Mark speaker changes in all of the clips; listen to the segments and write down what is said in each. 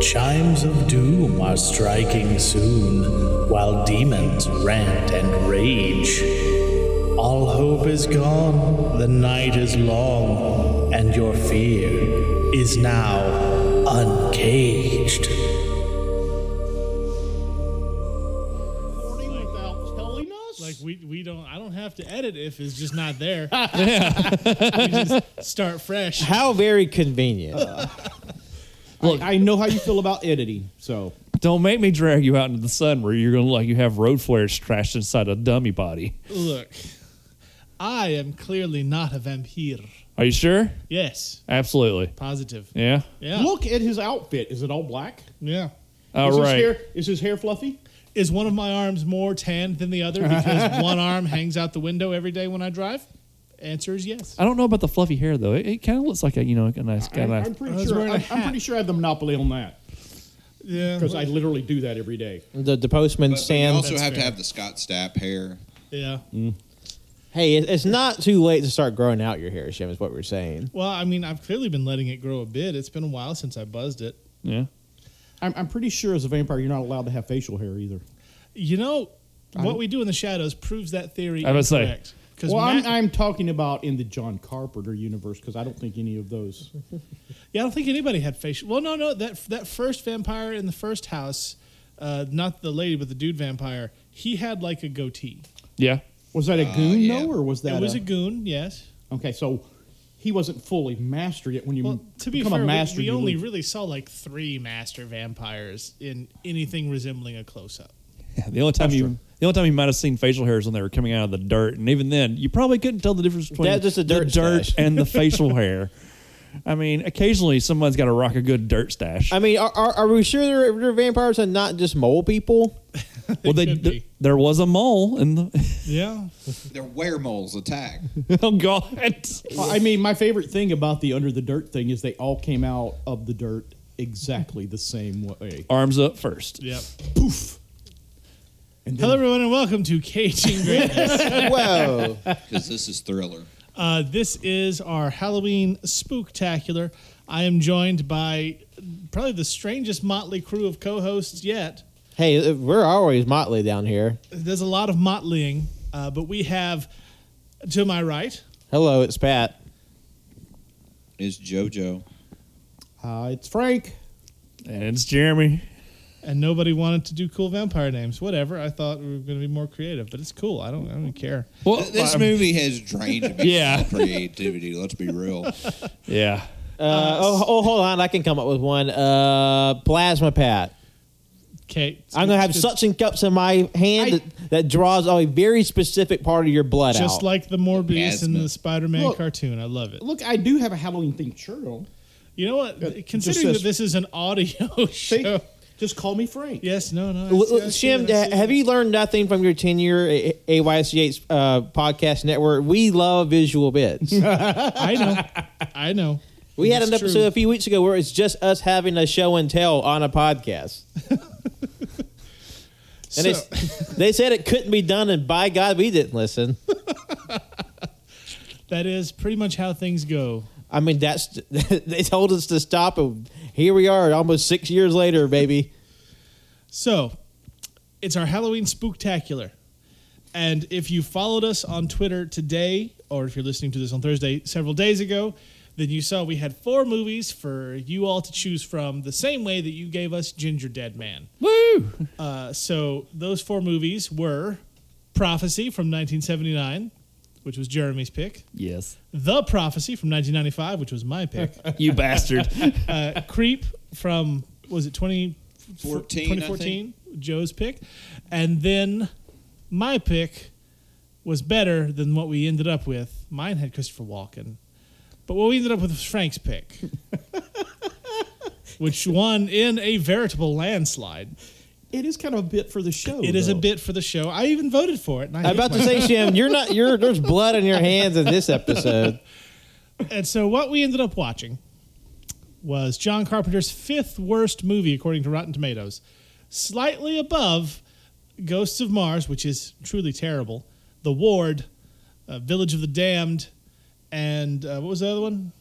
Speaker 1: Chimes of doom are striking soon, while demons rant and rage. All hope is gone, the night is long, and your fear is now uncaged.
Speaker 2: recording without telling us?
Speaker 3: Like we we don't I don't have to edit if it's just not there. yeah. we just start fresh.
Speaker 4: How very convenient.
Speaker 2: I know how you feel about editing, so
Speaker 5: Don't make me drag you out into the sun where you're gonna look like you have road flares trashed inside a dummy body.
Speaker 3: Look. I am clearly not a vampire.
Speaker 5: Are you sure?
Speaker 3: Yes.
Speaker 5: Absolutely.
Speaker 3: Positive.
Speaker 5: Yeah.
Speaker 3: Yeah.
Speaker 2: look at his outfit. Is it all black?
Speaker 3: Yeah.
Speaker 5: All
Speaker 2: is
Speaker 5: right.
Speaker 2: His hair, is his hair fluffy?
Speaker 3: Is one of my arms more tanned than the other because one arm hangs out the window every day when I drive? Answer is yes.
Speaker 5: I don't know about the fluffy hair though. It, it kind of looks like a you know a nice guy.
Speaker 2: I'm,
Speaker 5: nice.
Speaker 2: I'm pretty
Speaker 3: I was
Speaker 2: sure.
Speaker 3: wearing a
Speaker 2: I'm, I'm
Speaker 3: hat.
Speaker 2: pretty sure I have the monopoly on that
Speaker 3: Yeah.
Speaker 2: because I literally do that every day.
Speaker 4: the, the postman
Speaker 6: But you
Speaker 4: stands.
Speaker 6: also have to have the Scott Stapp hair.
Speaker 3: Yeah.
Speaker 4: hey, it, it's not too late to start growing out your hair, Shim, is what we're saying.
Speaker 3: Well, I mean, I've clearly been letting it grow a bit. It's been a while since I buzzed it.
Speaker 5: yeah.
Speaker 2: I'm, I'm pretty sure as a vampire, you're not allowed to have facial hair either.
Speaker 3: You know, what we do in the shadows proves that theory
Speaker 5: I was gonna say.
Speaker 3: incorrect. Because
Speaker 2: Well, I'm, I'm talking about in the John Carpenter universe because I don't think any of those.
Speaker 3: Yeah, I don't think anybody had facial. Well, no, no, that that first vampire in the first house, uh, not the lady, but the dude vampire, he had like a goatee.
Speaker 5: Yeah.
Speaker 2: Was that a goon
Speaker 6: yeah.
Speaker 2: though, or was that? uh,
Speaker 3: it was a goon, yes.
Speaker 2: okay, so he wasn't fully mastered yet when you
Speaker 3: Well, to be
Speaker 2: Mm, become
Speaker 3: fair,
Speaker 2: a
Speaker 3: we-
Speaker 2: master.
Speaker 3: we,
Speaker 2: you
Speaker 3: only
Speaker 2: lose-
Speaker 3: really saw like three master vampires in anything resembling a close up.
Speaker 5: The only time
Speaker 2: That's
Speaker 5: you
Speaker 2: true.
Speaker 5: the only time you might have seen facial hairs when they were coming out of the dirt, and even then, you probably couldn't tell the difference between
Speaker 4: That's just a
Speaker 5: the
Speaker 4: dirt
Speaker 5: dirt
Speaker 4: stash.
Speaker 5: and the facial hair. I mean, occasionally someone's got to rock a good dirt stash.
Speaker 4: I mean, are, are, are we sure they're, they're vampires and not just mole people?
Speaker 5: well, they,
Speaker 3: could
Speaker 5: th-
Speaker 3: be.
Speaker 5: there was a mole in the.
Speaker 3: Yeah.
Speaker 6: They're weremoles attack.
Speaker 5: oh God!
Speaker 2: Well, I mean, my favorite thing about the under the dirt thing is they all came out of the dirt exactly the same way.
Speaker 5: Arms up first.
Speaker 3: Yep.
Speaker 2: And then-
Speaker 3: Hello, everyone, and welcome to Caging Greatness.
Speaker 4: Whoa.
Speaker 6: Because this is Thriller.
Speaker 3: uh, this is our Halloween spooktacular. I am joined by probably the strangest motley crew of co-hosts yet.
Speaker 4: hey, we're always motley down here.
Speaker 3: There's a lot of motleying, uh, but we have to my right.
Speaker 4: Hello, it's Pat.
Speaker 6: Is JoJo.
Speaker 2: uh, it's Frank.
Speaker 5: And it's Jeremy.
Speaker 3: And nobody wanted to do cool vampire names. Whatever. I thought we were going to be more creative, but it's cool. I don't. I don't even care.
Speaker 5: Well,
Speaker 6: Th- This
Speaker 5: um,
Speaker 6: movie has drained me
Speaker 5: Yeah.
Speaker 6: of creativity. Let's be real.
Speaker 5: Yeah.
Speaker 4: Uh, oh, oh, hold on. I can come up with one. Uh, plasma Pat.
Speaker 3: Okay.
Speaker 4: I'm gonna have
Speaker 3: Just-
Speaker 4: suction cups in my hand
Speaker 2: I-
Speaker 4: that, that draws a very specific part of your blood out.
Speaker 3: Just like the Morbius in
Speaker 6: Miasma.
Speaker 3: the Spider-Man
Speaker 2: Look.
Speaker 3: cartoon. I love it.
Speaker 2: Look, I do have a Halloween themed shirt on.
Speaker 3: You know what?
Speaker 4: uh,
Speaker 3: Considering that
Speaker 2: says-
Speaker 3: this is an audio
Speaker 2: See,
Speaker 3: show.
Speaker 2: just call me Frank.
Speaker 3: Yes. No. No. I
Speaker 4: L-
Speaker 3: see,
Speaker 4: l-
Speaker 3: I see
Speaker 4: Shim,
Speaker 3: it, I see
Speaker 4: ha- have
Speaker 3: it.
Speaker 4: you learned nothing from your tenure at AYCH uh, podcast network? We love visual bits.
Speaker 3: I know. I know.
Speaker 4: we had
Speaker 3: It's
Speaker 4: an episode
Speaker 3: true.
Speaker 4: a few weeks ago where it's just us having a show and tell on a podcast. And
Speaker 3: So,
Speaker 4: it's, they said it couldn't be done, and by God, we didn't listen.
Speaker 3: that is pretty much how things go.
Speaker 4: I mean, that's they told us to stop, and here we are, almost six years later, baby.
Speaker 3: So, it's our Halloween spooktacular. And if you followed us on Twitter today, or if you're listening to this on Thursday several days ago, then you saw we had four movies for you all to choose from, the same way that you gave us Ginger Dead Man.
Speaker 5: Woo!
Speaker 3: Uh, so, those four movies were Prophecy from 1979, which was Jeremy's pick,
Speaker 5: Yes.
Speaker 3: The Prophecy from 1995, which was my pick,
Speaker 5: You bastard.
Speaker 3: uh, Creep from, was it 20,
Speaker 6: 14, I
Speaker 3: 2014, Joe's pick. And then my pick was better than what we ended up with. Mine had Christopher Walken. But what we ended up with was Frank's pick, which won in a veritable landslide.
Speaker 2: It is kind of a bit for the show.
Speaker 3: It is a
Speaker 2: though.
Speaker 3: bit for the show. I even voted for it. And I
Speaker 4: I'm
Speaker 3: hate
Speaker 4: about to
Speaker 3: myself.
Speaker 4: say, Shim, you're not. You're there's blood on your hands in this episode.
Speaker 3: And so what we ended up watching was John Carpenter's fifth worst movie according to Rotten Tomatoes, slightly above Ghosts of Mars, which is truly terrible, The Ward, uh, Village of the Damned, and uh, what was the other one?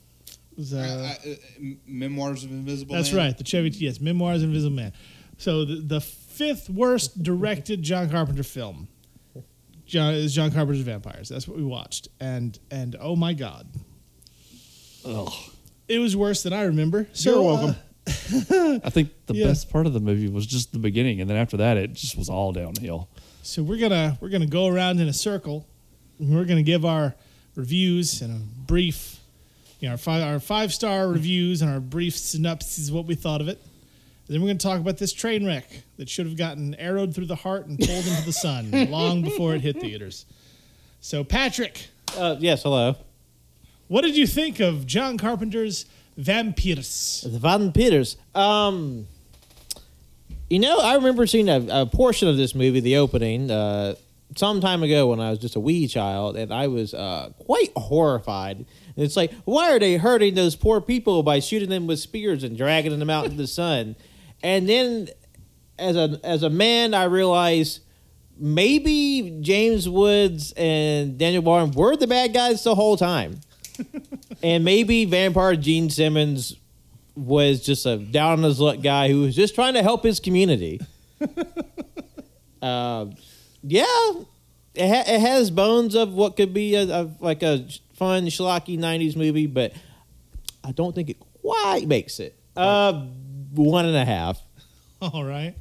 Speaker 3: was, uh,
Speaker 6: I- I- uh, M- Memoirs of Invisible
Speaker 3: That's
Speaker 6: Man.
Speaker 3: right. The Chevy, yes, Memoirs of Invisible Man. So the, the fifth worst directed John Carpenter film. John is John Carpenter's Vampires. That's what we watched, and and oh my god, it was worse than I remember. So
Speaker 2: You're
Speaker 3: uh,
Speaker 2: welcome.
Speaker 5: I think the
Speaker 3: Yeah.
Speaker 5: best part of the movie was just the beginning, and then after that, it just was all downhill.
Speaker 3: so we're gonna we're gonna go around in a circle, and we're gonna give our reviews and a brief, you know, our five our five star reviews and our brief synopsis of what we thought of it. And then we're going to talk about this train wreck that should have gotten arrowed through the heart and pulled into the sun long before it hit theaters. So, Patrick,
Speaker 4: Uh, yes, hello.
Speaker 3: what did you think of John Carpenter's Vampires?
Speaker 4: The Vampires. Um, you know, I remember seeing a, a portion of this movie, the opening, uh, some time ago when I was just a wee child, and I was uh, quite horrified. And it's like, why are they hurting those poor people by shooting them with spears and dragging them out into the sun? And then, as a as a man, I realized maybe James Woods and Daniel Barn were the bad guys the whole time, and maybe vampire Gene Simmons was just a down on his luck guy who was just trying to help his community. uh, yeah, it, ha- it has bones of what could be a, a like a fun schlocky '90s movie, but I don't think it quite makes it. Uh, one and a half.
Speaker 3: All right.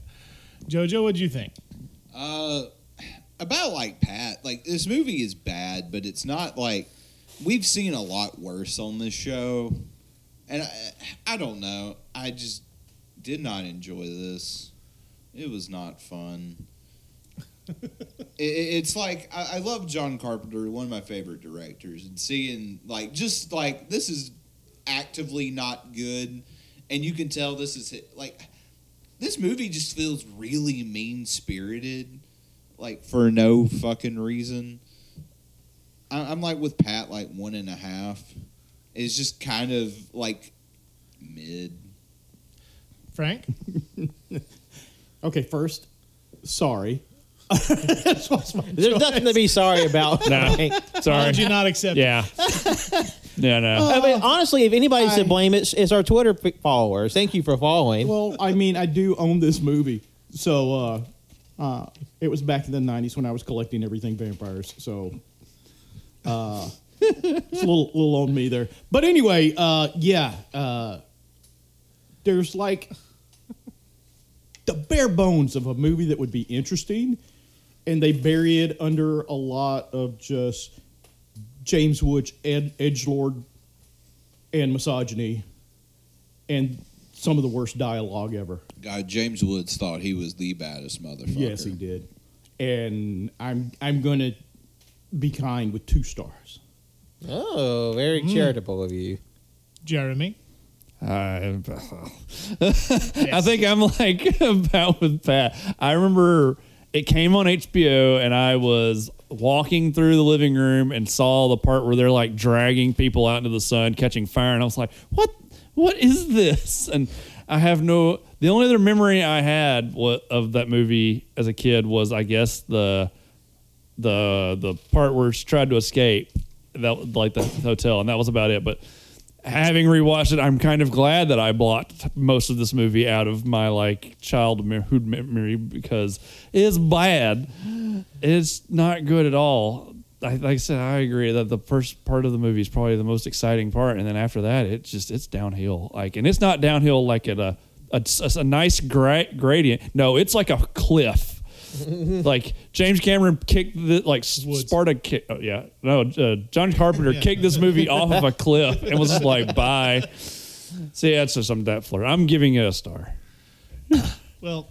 Speaker 3: Jojo, what did you think?
Speaker 6: Uh, about like Pat, like this movie is bad, but it's not like we've seen a lot worse on this show, and I, I don't know. I just did not enjoy this. It was not fun. I- I- it's like I, I love John Carpenter, one of my favorite directors, and seeing like just like this is actively not good, and you can tell this is like this movie just feels really mean spirited, like for no fucking reason. I- I'm like with Pat, like one and a half. It's just kind of like mid.
Speaker 3: Frank?
Speaker 2: Okay, first, sorry.
Speaker 4: There's nothing to be sorry about.
Speaker 5: Nah.
Speaker 3: How
Speaker 5: Sorry.
Speaker 3: did you not accept it?
Speaker 5: Yeah. yeah,
Speaker 6: Oh,
Speaker 5: no.
Speaker 4: I mean, honestly, if anybody's to blame, it's, it's our Twitter p- followers. Thank you for following.
Speaker 2: Well, I mean, I do own this movie, so uh, uh, it was back in the '90s when I was collecting everything vampires. So uh, it's a little, little on me there. But anyway, uh, yeah, uh, there's like the bare bones of a movie that would be interesting, and they bury it under a lot of just James Woods, Ed, Edgelord, and misogyny, and some of the worst dialogue ever.
Speaker 6: God, James Woods thought he was the baddest motherfucker.
Speaker 2: Yes, he did. And I'm I'm gonna be kind with two stars.
Speaker 4: Oh, very charitable of you.
Speaker 3: Jeremy?
Speaker 5: Uh, I, I think I'm like about with Pat. I remember it came on HBO, and I was walking through the living room and saw the part where they're like dragging people out into the sun, catching fire, and I was like, "What? What is this?" And I have no. The only other memory I had wa- of that movie as a kid was, I guess, the the the part where she tried to escape that like the hotel and that was about it but having rewatched it i'm kind of glad that i blocked most of this movie out of my like childhood memory because it's bad it's not good at all I, like i said i agree that the first part of the movie is probably the most exciting part and then after that it just it's downhill like and it's not downhill like at a a, a nice gra- gradient no it's like a cliff like James Cameron kicked the like Sparta kick. Oh, yeah, no, uh, John Carpenter kicked this movie off of a cliff and was just like, "Bye." See, that's just some that flirt. I'm giving it a star.
Speaker 3: Well,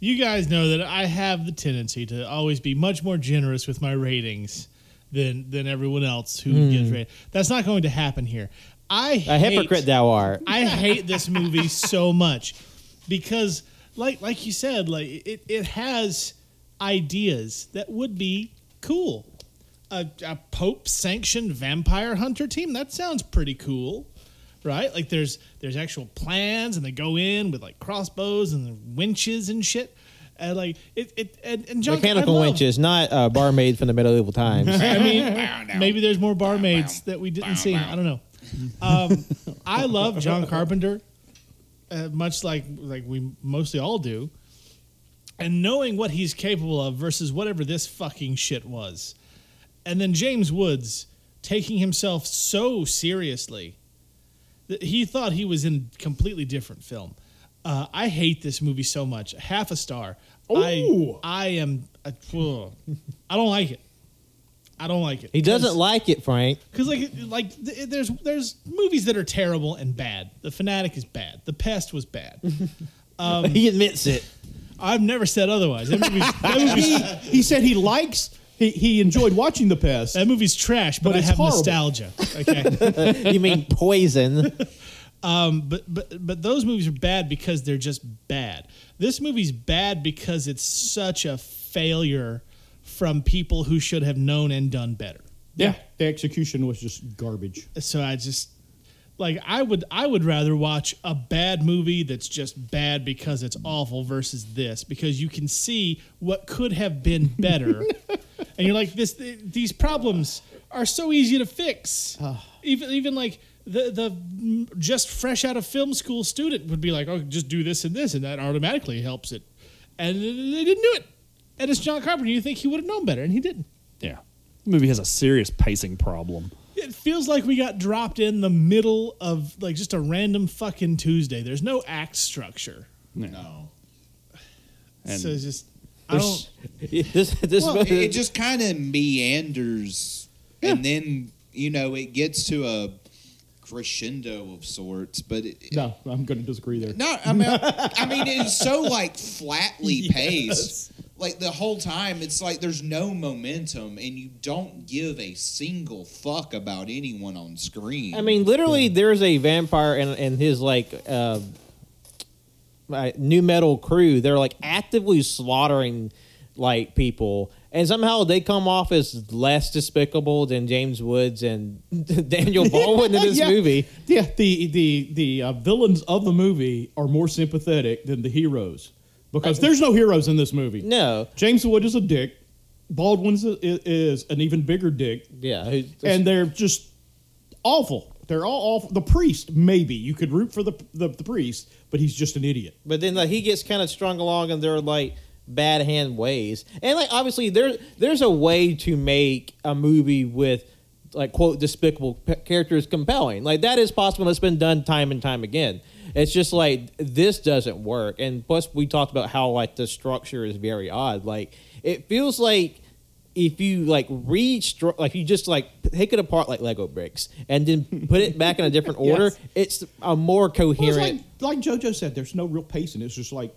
Speaker 3: you guys know that I have the tendency to always be much more generous with my ratings than than everyone else who gives rated. That's not going to happen here. I
Speaker 4: Hmm. A hypocrite thou art.
Speaker 3: I hate this movie so much because, like, like you said, like it, it has ideas that would be cool. A, a Pope-sanctioned vampire hunter team—that sounds pretty cool, right? Like, there's there's actual plans, and they go in with like crossbows and winches and shit, and like it it and, and John, I
Speaker 4: Mechanical
Speaker 3: love-
Speaker 4: winches, not uh, barmaid from the medieval times.
Speaker 3: I mean, maybe there's more barmaids that we didn't see. I don't know. Um, I love John Carpenter, uh, much like like we mostly all do. And knowing what he's capable of versus whatever this fucking shit was, and then James Woods taking himself so seriously that he thought he was in a completely different film. Uh, I hate this movie so much. Half a star. I
Speaker 2: Ooh.
Speaker 3: I am. I I don't like it. I don't like it.
Speaker 4: He doesn't like it, Frank.
Speaker 3: Because like like th- there's there's movies that are terrible and bad. The Fanatic is bad. The Pest was bad.
Speaker 4: he admits it.
Speaker 3: I've never said otherwise. That movie's, that
Speaker 2: he,
Speaker 3: movie's,
Speaker 2: he said he likes. He, he enjoyed watching the past.
Speaker 3: that movie's trash, but,
Speaker 2: But
Speaker 3: I
Speaker 2: it's
Speaker 3: have
Speaker 2: horrible.
Speaker 3: nostalgia. Okay,
Speaker 4: you mean poison?
Speaker 3: um, but but but those movies are bad because they're just bad. This movie's bad because it's such a failure from people who should have known and done better.
Speaker 2: Yeah, the execution was just garbage.
Speaker 3: so I just like I would I would rather watch a bad movie that's just bad because it's awful versus this because you can see what could have been better, and you're like this th- these problems are so easy to fix. Even even like the the just fresh out of film school student would be like oh just do this and this and that automatically helps it, and they didn't do it. And it's John Carpenter. You think he would have known better, and he didn't.
Speaker 5: Yeah. The movie has a serious pacing problem.
Speaker 3: It feels like we got dropped in the middle of like just a random fucking Tuesday. There's no act structure.
Speaker 6: No.
Speaker 5: And
Speaker 3: so it's just I don't
Speaker 4: this this
Speaker 6: Well, it, it just kind of meanders, and then you know it gets to a crescendo of sorts. But it,
Speaker 2: No, I'm going to disagree there.
Speaker 6: No, I mean, I mean, it's so like flatly paced. Like the whole time, it's like there's no momentum, and you don't give a single fuck about anyone on screen.
Speaker 4: I mean, literally, there's a vampire and and his like uh, uh, new metal crew. They're like actively slaughtering like people, and somehow they come off as less despicable than James Woods and Daniel Baldwin in this
Speaker 2: Yeah.
Speaker 4: movie.
Speaker 2: Yeah, the the the uh, villains of the movie are more sympathetic than the heroes because there's no heroes in this movie.
Speaker 4: No,
Speaker 2: James Wood is a dick. Baldwin's a, i- is an even bigger dick,
Speaker 4: yeah, who-
Speaker 2: and they're just awful. They're all awful. The priest, maybe you could root for the the, the priest, but he's just an idiot.
Speaker 4: But then like he gets kind of strung along in their like bad hand ways, and like obviously there there's a way to make a movie with like quote despicable p- characters compelling. Like that is possible. and It's been done time and time again. It's just like this doesn't work. And plus we talked about how like the structure is very odd. Like it feels like if you like restruct like you just like take it apart like Lego bricks and then put it back in a different order, it's a more
Speaker 2: Well, it's
Speaker 4: coherent.
Speaker 2: like, like JoJo said, there's no real pacing. It's just like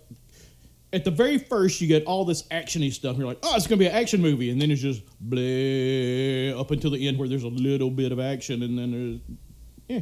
Speaker 2: at the very first you get all this actiony stuff. You're like, oh, it's gonna be an action movie, and then it's just bleh, up until the end where there's a little bit of action, and then there's yeah.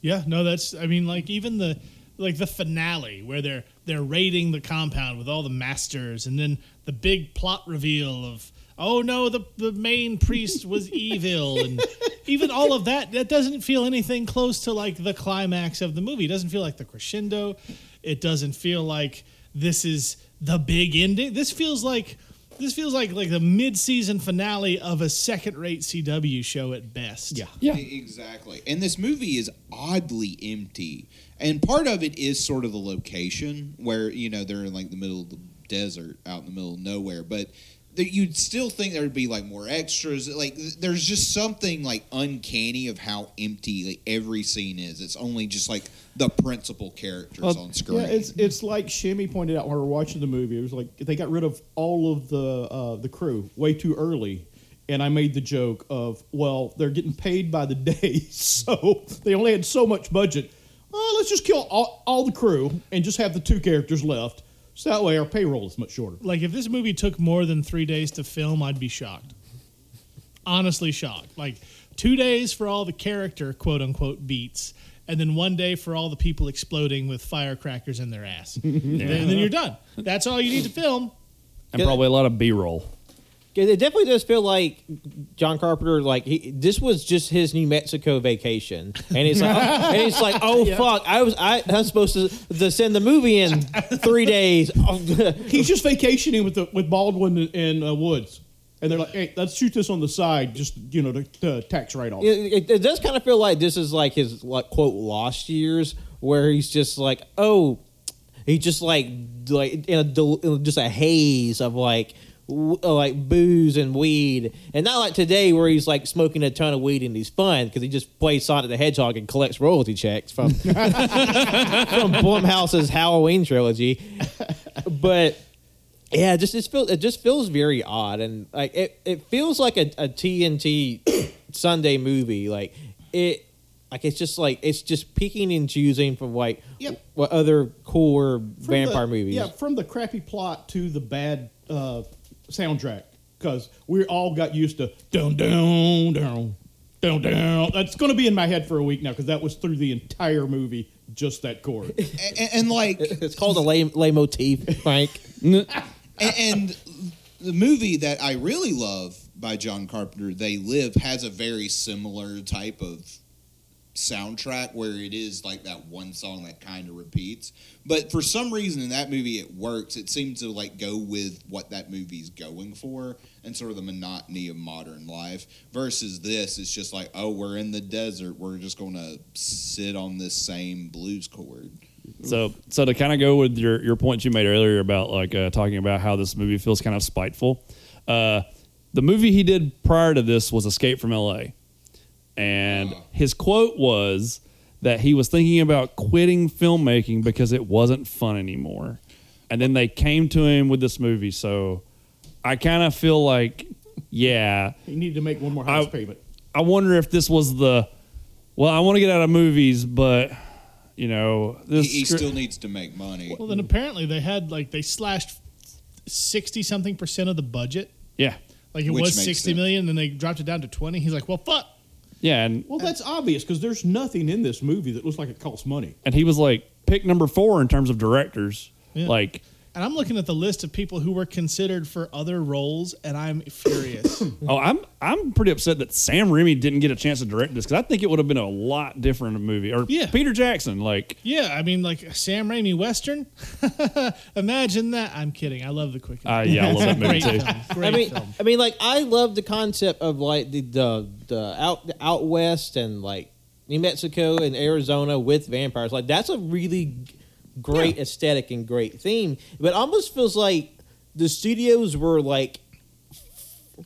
Speaker 3: Yeah, no, that's I mean like even the like the finale where they're they're raiding the compound with all the masters and then the big plot reveal of oh no the the main priest was evil and even all of that that doesn't feel anything close to like the climax of the movie. It doesn't feel like the crescendo. It doesn't feel like this is the big ending. This feels like this feels like like the mid-season finale of a second-rate CW show at best.
Speaker 2: Yeah.
Speaker 5: yeah.
Speaker 6: E- exactly. And this movie is oddly empty, and part of it is sort of the location where you know they're in like the middle of the desert, out in the middle of nowhere, but. That you'd still think there'd be like more extras. Like, th- there's just something like uncanny of how empty like every scene is. It's only just like the principal characters on screen.
Speaker 2: Yeah, it's it's like Shimmy pointed out when we were watching the movie. It was like they got rid of all of the uh, the crew way too early, and I made the joke of, well, they're getting paid by the day, so they only had so much budget. Uh, let's just kill all, all the crew and just have the two characters left, so that way our payroll is much shorter.
Speaker 3: like if this movie took more than three days to film, I'd be shocked. Honestly shocked. Like two days for all the character quote unquote beats, and then one day for all the people exploding with firecrackers in their ass. and, then, and then you're done. That's all you need to film.
Speaker 5: And probably a lot of B roll.
Speaker 4: Yeah, It definitely does feel like John Carpenter. Like he, this was just his New Mexico vacation, and he's like, oh, and he's like, oh fuck, I was I, I was supposed to, to send the movie in three days.
Speaker 2: He's just vacationing with the with Baldwin and uh, Woods. and they're like, "Hey, let's shoot this on the side, just you know, to, to tax write off."
Speaker 4: It, it, it does kind of feel like this is like his like quote lost years, where he's just like, oh, he just like like in a del- in just a haze of like w- uh, like booze and weed, and not like today where he's like smoking a ton of weed and he's fun because he just plays Sonic the Hedgehog and collects royalty checks from from Blumhouse's Halloween trilogy, but. Yeah, it just it feels it just feels very odd, and like it, it feels like a, a TNT Sunday movie. Like it, like it's just like it's just picking and choosing from like
Speaker 2: Yep.
Speaker 4: what other cooler
Speaker 2: From the-
Speaker 4: vampire movies.
Speaker 2: Yeah, from the crappy plot to the bad uh, soundtrack, because we all got used to down, down, down, down, down. That's going to be in my head for a week now, because that was through the entire movie, just that chord.
Speaker 6: A- and, and like
Speaker 4: It's called a lay, lay motif, Frank.
Speaker 6: and, and the movie that I really love by John Carpenter, They Live, has a very similar type of soundtrack where it is like that one song that kind of repeats. But for some reason in that movie, it works. It seems to like go with what that movie's going for and sort of the monotony of modern life. Versus this, it's just like, oh, we're in the desert. We're just going to sit on this same blues chord.
Speaker 5: So, so to kind of go with your your point you made earlier about like uh, talking about how this movie feels kind of spiteful. Uh, the movie he did prior to this was Escape from L.A., and his quote was that he was thinking about quitting filmmaking because it wasn't fun anymore. And then they came to him with this movie, so I kind of feel like, yeah,
Speaker 2: you need to make one more house
Speaker 5: I-
Speaker 2: payment.
Speaker 5: I wonder if this was the well, I want to get out of movies, but you know,
Speaker 6: He,
Speaker 5: this
Speaker 6: he
Speaker 5: script-
Speaker 6: still needs to make money.
Speaker 3: Well, then apparently they had like they slashed sixty something percent of the budget.
Speaker 5: yeah.
Speaker 3: Like it
Speaker 6: Which
Speaker 3: was
Speaker 6: makes
Speaker 3: sixty
Speaker 6: sense.
Speaker 3: million, then they dropped it down to twenty. He's like, well, fuck.
Speaker 5: Yeah, and
Speaker 2: Well, that's obvious because there's nothing in this movie that looks like it costs money.
Speaker 5: and he was like pick number four in terms of directors.
Speaker 3: Yeah.
Speaker 5: Like
Speaker 3: And I'm looking at the list of people who were considered for other roles, and I'm furious.
Speaker 5: oh, I'm I'm pretty upset that Sam Raimi didn't get a chance to direct this because I think it would have been a lot different of a movie. Or
Speaker 3: Yeah.
Speaker 5: Peter Jackson, like
Speaker 3: yeah, I mean, like Sam Raimi Western. Imagine that. I'm kidding. I love the quick.
Speaker 5: uh, yeah, I love that movie
Speaker 3: Great
Speaker 5: too.
Speaker 3: film. Great
Speaker 4: I mean,
Speaker 3: film.
Speaker 4: I mean, like I love the concept of like the the, the out the out west and like New Mexico and Arizona with vampires. Like that's a really g- great aesthetic and great theme. But it almost feels like the studios were like.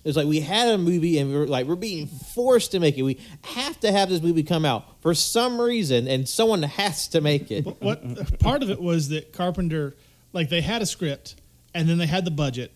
Speaker 4: It's like we had a movie and we were like we're being forced to make it. We have to have this movie come out for some reason, and someone has to make it.
Speaker 3: what part of it was that Carpenter, like they had a script, and then they had the budget,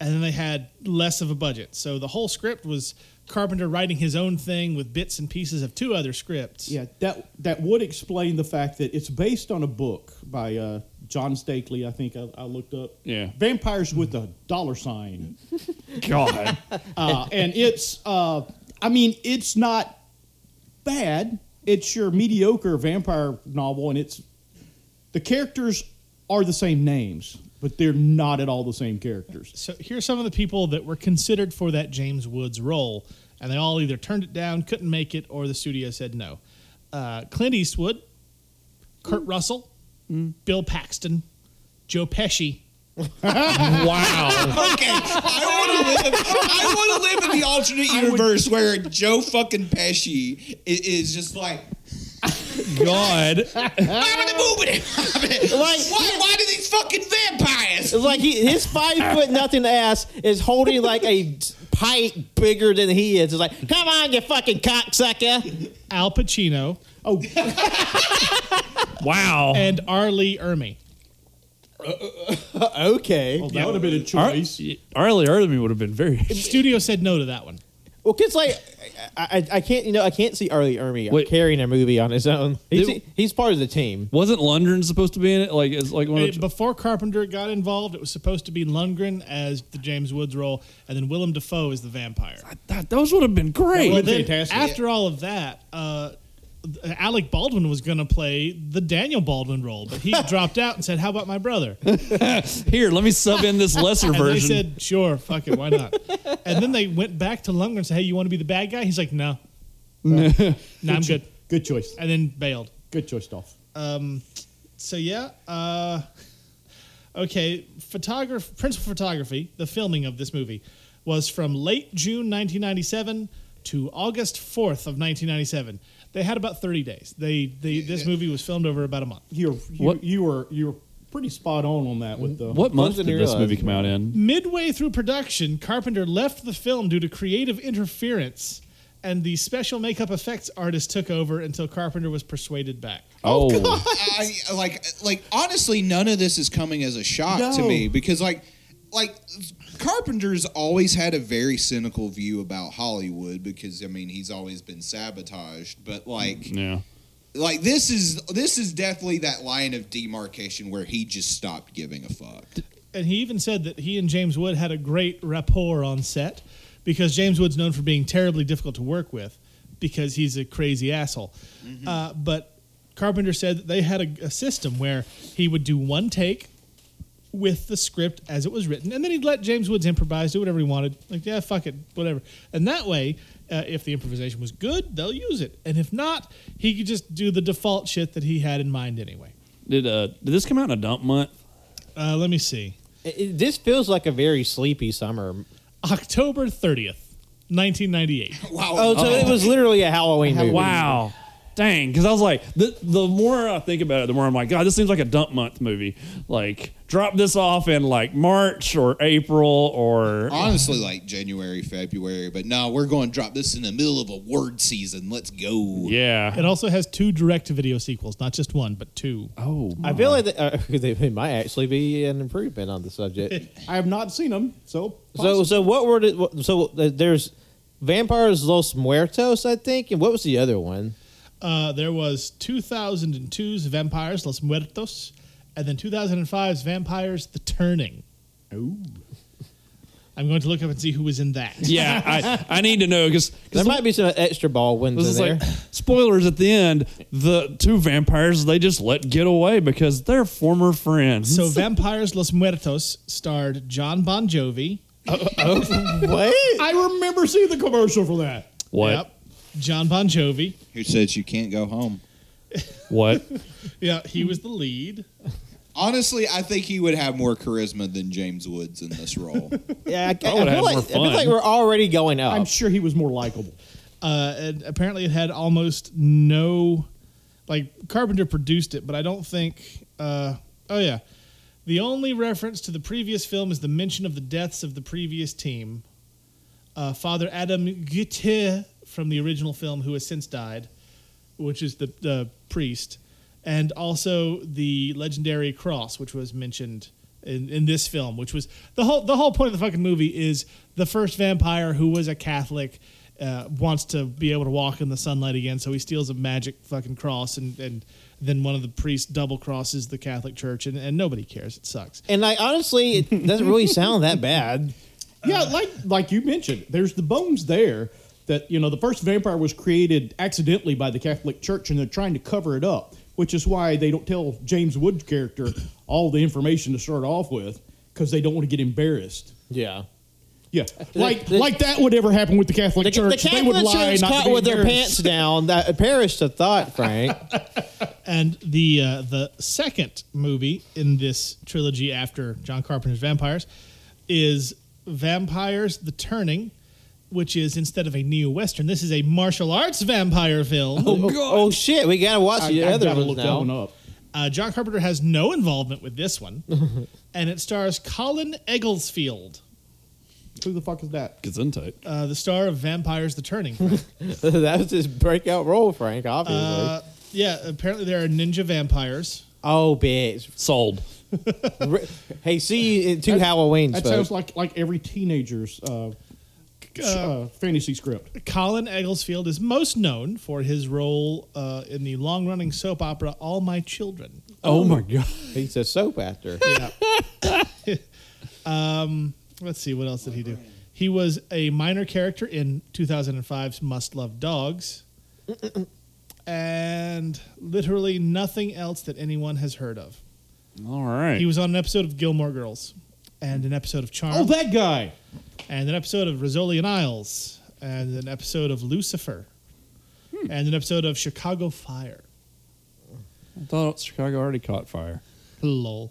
Speaker 3: and then they had less of a budget. So the whole script was Carpenter writing his own thing with bits and pieces of two other scripts.
Speaker 2: Yeah, that that would explain the fact that it's based on a book by uh, John Stakely. I think I, I looked up.
Speaker 5: Yeah.
Speaker 2: Vampires with a dollar sign,
Speaker 5: God,
Speaker 2: uh, and it's uh, I mean it's not bad. It's your mediocre vampire novel, and it's the characters are the same names, but they're not at all the same characters.
Speaker 3: So here's some of the people that were considered for that James Woods role, and they all either turned it down, couldn't make it, or the studio said no. Uh, Clint Eastwood, Kurt Russell, Bill Paxton, Joe Pesci.
Speaker 5: wow.
Speaker 6: Okay, I want to live. I want to live in the alternate universe where Joe fucking Pesci is, is just like.
Speaker 5: God,
Speaker 6: I'm in the movie.
Speaker 4: Like-
Speaker 6: why? Why do these fucking vampires?
Speaker 4: It's like he, his five foot nothing ass is holding like a pint bigger than he is. It's like, come on, you fucking cocksucker.
Speaker 3: Al Pacino
Speaker 2: Oh,
Speaker 5: wow.
Speaker 3: and R. Lee Ermey.
Speaker 4: Okay.
Speaker 2: that would have been a choice.
Speaker 5: Early, early me would have been very.
Speaker 3: Studio said no to that one.
Speaker 4: Well, kids like, I, I, I can't, you know, I can't see Arlie Ermy
Speaker 5: Wait.
Speaker 4: carrying a movie on his own. He's,
Speaker 5: Did-
Speaker 4: he's part of the team.
Speaker 5: Wasn't Lundgren supposed to be in it? Like, it's like one
Speaker 3: Uh,
Speaker 5: of the,
Speaker 3: before Carpenter got involved, it was supposed to be Lundgren as the James Woods role, and then Willem Dafoe as the vampire.
Speaker 5: That- those would have been great.
Speaker 3: Well,
Speaker 2: would've
Speaker 3: then
Speaker 2: been fantastic.
Speaker 3: after all of that, uh, Alec Baldwin was going to play the Daniel Baldwin role, but he dropped out and said, "How about my brother?" And
Speaker 5: Here, let me sub in this lesser
Speaker 3: they
Speaker 5: version.
Speaker 3: said, "Sure, fuck it, why not?" And then they went back to Lundgren and said, "Hey, you want to be the bad guy?" He's like, "No, no, I'm good,"
Speaker 2: Good choice.
Speaker 3: and then bailed.
Speaker 2: Good choice, Dolph.
Speaker 3: Um, so yeah. Uh, okay, photograph principal photography, the filming of this movie was from late June 1997 to August 4th of 1997. They had about 30 days. They, they this movie was filmed over about a month.
Speaker 2: You're, you,
Speaker 5: What-
Speaker 2: you were you were pretty spot on on that with the
Speaker 5: What month
Speaker 4: did
Speaker 5: did
Speaker 4: you
Speaker 5: this
Speaker 4: realize?
Speaker 5: movie come out in?
Speaker 3: Midway through production, Carpenter left the film due to creative interference, and the special makeup effects artist took over until Carpenter was persuaded back.
Speaker 5: Oh,
Speaker 6: I like like honestly, none of this is coming as a shock to
Speaker 2: No.
Speaker 6: me because like like Carpenter's always had a very cynical view about Hollywood because I mean he's always been sabotaged, but like
Speaker 5: yeah.
Speaker 6: like this is this is definitely that line of demarcation where he just stopped giving a fuck.
Speaker 3: And he even said that he and James Wood had a great rapport on set because James Wood's known for being terribly difficult to work with because he's a crazy asshole. Uh, but Carpenter said that they had a, a system where he would do one take with the script as it was written, and then he'd let James Woods improvise, do whatever he wanted. Like, yeah, fuck it, whatever. And that way, uh, if the improvisation was good, they'll use it, and if not, he could just do the default shit that he had in mind anyway.
Speaker 5: Did uh did this come out in a dump month?
Speaker 3: Uh, let me see.
Speaker 4: It- it- this feels like a very sleepy summer.
Speaker 3: October 30th, 1998.
Speaker 6: Wow.
Speaker 4: Oh, so it was literally a Halloween movie.
Speaker 5: Wow. Dang, because I was like, the, the more I think about it, the more I'm like, God, this seems like a dump month movie. Like, drop this off in like March or April or
Speaker 6: Honestly, like January, February, but no, we're going to drop this in the middle of a word season. Let's go.
Speaker 5: yeah.
Speaker 3: It also has two direct to video sequels, not just one, but two.
Speaker 5: Oh,
Speaker 4: I feel like they, uh, they they might actually be an improvement on the subject.
Speaker 2: I have not seen them, so
Speaker 4: so, so what were the, what- so uh, there's Vampires Los Muertos, I think, and what was the other one?
Speaker 3: Uh, there was 2002's Vampires Los Muertos, and then 2005's Vampires The Turning. I'm going to look up and see who was in that.
Speaker 5: yeah. I, I need to know because
Speaker 4: There might be some extra ball wins
Speaker 5: This
Speaker 4: in
Speaker 5: is
Speaker 4: there.
Speaker 5: like spoilers at the end. The two vampires they just let get away because they're former friends.
Speaker 3: So Vampires Los Muertos starred John Bon Jovi.
Speaker 4: what?
Speaker 2: I remember seeing the commercial for that.
Speaker 5: what?
Speaker 3: John Bon Jovi.
Speaker 6: Who says you can't go home?
Speaker 5: What?
Speaker 3: Yeah, he was the lead.
Speaker 6: Honestly, I think he would have more charisma than James Woods in this role.
Speaker 4: Yeah, I, I,
Speaker 5: would've
Speaker 4: feel
Speaker 5: had
Speaker 4: like,
Speaker 5: more
Speaker 4: I feel
Speaker 5: fun.
Speaker 4: like we're already going up.
Speaker 5: Uh,
Speaker 2: I'm sure he was more likable.
Speaker 3: Uh, and apparently, it had almost no, like Carpenter produced it, but I don't think. Uh, oh yeah, the only reference to the previous film is the mention of the deaths of the previous team. Uh, Father Adam Guettier from the original film, who has since died, which is the the priest, and also the legendary cross, which was mentioned. In, in this film, which was the whole the whole point of the fucking movie is the first vampire who was a Catholic uh, wants to be able to walk in the sunlight again, so he steals a magic fucking cross, and, and then one of the priests double crosses the Catholic Church, and, and nobody cares. It sucks.
Speaker 4: and I honestly, it doesn't really sound that bad.
Speaker 2: Yeah, like like you mentioned, there's the bones there that you know the first vampire was created accidentally by the Catholic Church, and they're trying to cover it up, which is why they don't tell James Wood's character all the information to start off with because they don't want to get embarrassed.
Speaker 4: Yeah.
Speaker 2: Yeah, like
Speaker 4: the-
Speaker 2: like that would ever happen with the Catholic
Speaker 4: The, the
Speaker 2: Church. they
Speaker 4: Catholic
Speaker 2: would lie
Speaker 4: Church
Speaker 2: not to
Speaker 4: caught
Speaker 2: be
Speaker 4: with their
Speaker 2: embarrassed.
Speaker 4: pants down. That perished a thought, Frank.
Speaker 3: And the uh, the second movie in this trilogy after John Carpenter's Vampires is Vampires: The Turning, which is instead of a neo western, this is a martial arts vampire film.
Speaker 4: oh, oh, shit, we gotta watch
Speaker 2: I,
Speaker 4: the
Speaker 2: I
Speaker 4: other
Speaker 2: gotta
Speaker 4: ones
Speaker 2: look that
Speaker 4: now.
Speaker 2: one up.
Speaker 3: Uh, John Carpenter has no involvement with this one, and it stars Colin Egglesfield.
Speaker 2: Who the fuck is that?
Speaker 5: Gesundheit.
Speaker 3: uh, the star of Vampires: The Turning.
Speaker 4: that was his breakout role, Frank. Obviously.
Speaker 3: Uh, yeah, apparently there are ninja vampires.
Speaker 4: oh, bitch.
Speaker 5: Sold.
Speaker 4: Re- hey, see you in two Halloweens,
Speaker 2: That
Speaker 4: folks.
Speaker 2: sounds like like every teenager's uh, uh, fantasy script.
Speaker 3: Colin Egglesfield is most known for his role uh, in the long-running soap opera All My Children.
Speaker 5: Oh my god.
Speaker 4: He's a soap actor.
Speaker 3: Let's see, what else did he do? He was a minor character in 2005's Must Love Dogs, and literally nothing else that anyone has heard of.
Speaker 5: All right.
Speaker 3: He was on an episode of Gilmore Girls, and an episode of Charmed,
Speaker 2: Oh, that guy.
Speaker 3: and an episode of Rizzoli and Isles, and an episode of Lucifer,
Speaker 2: Hmm.
Speaker 3: and an episode of Chicago Fire.
Speaker 5: I thought Chicago already caught fire.
Speaker 3: Lol.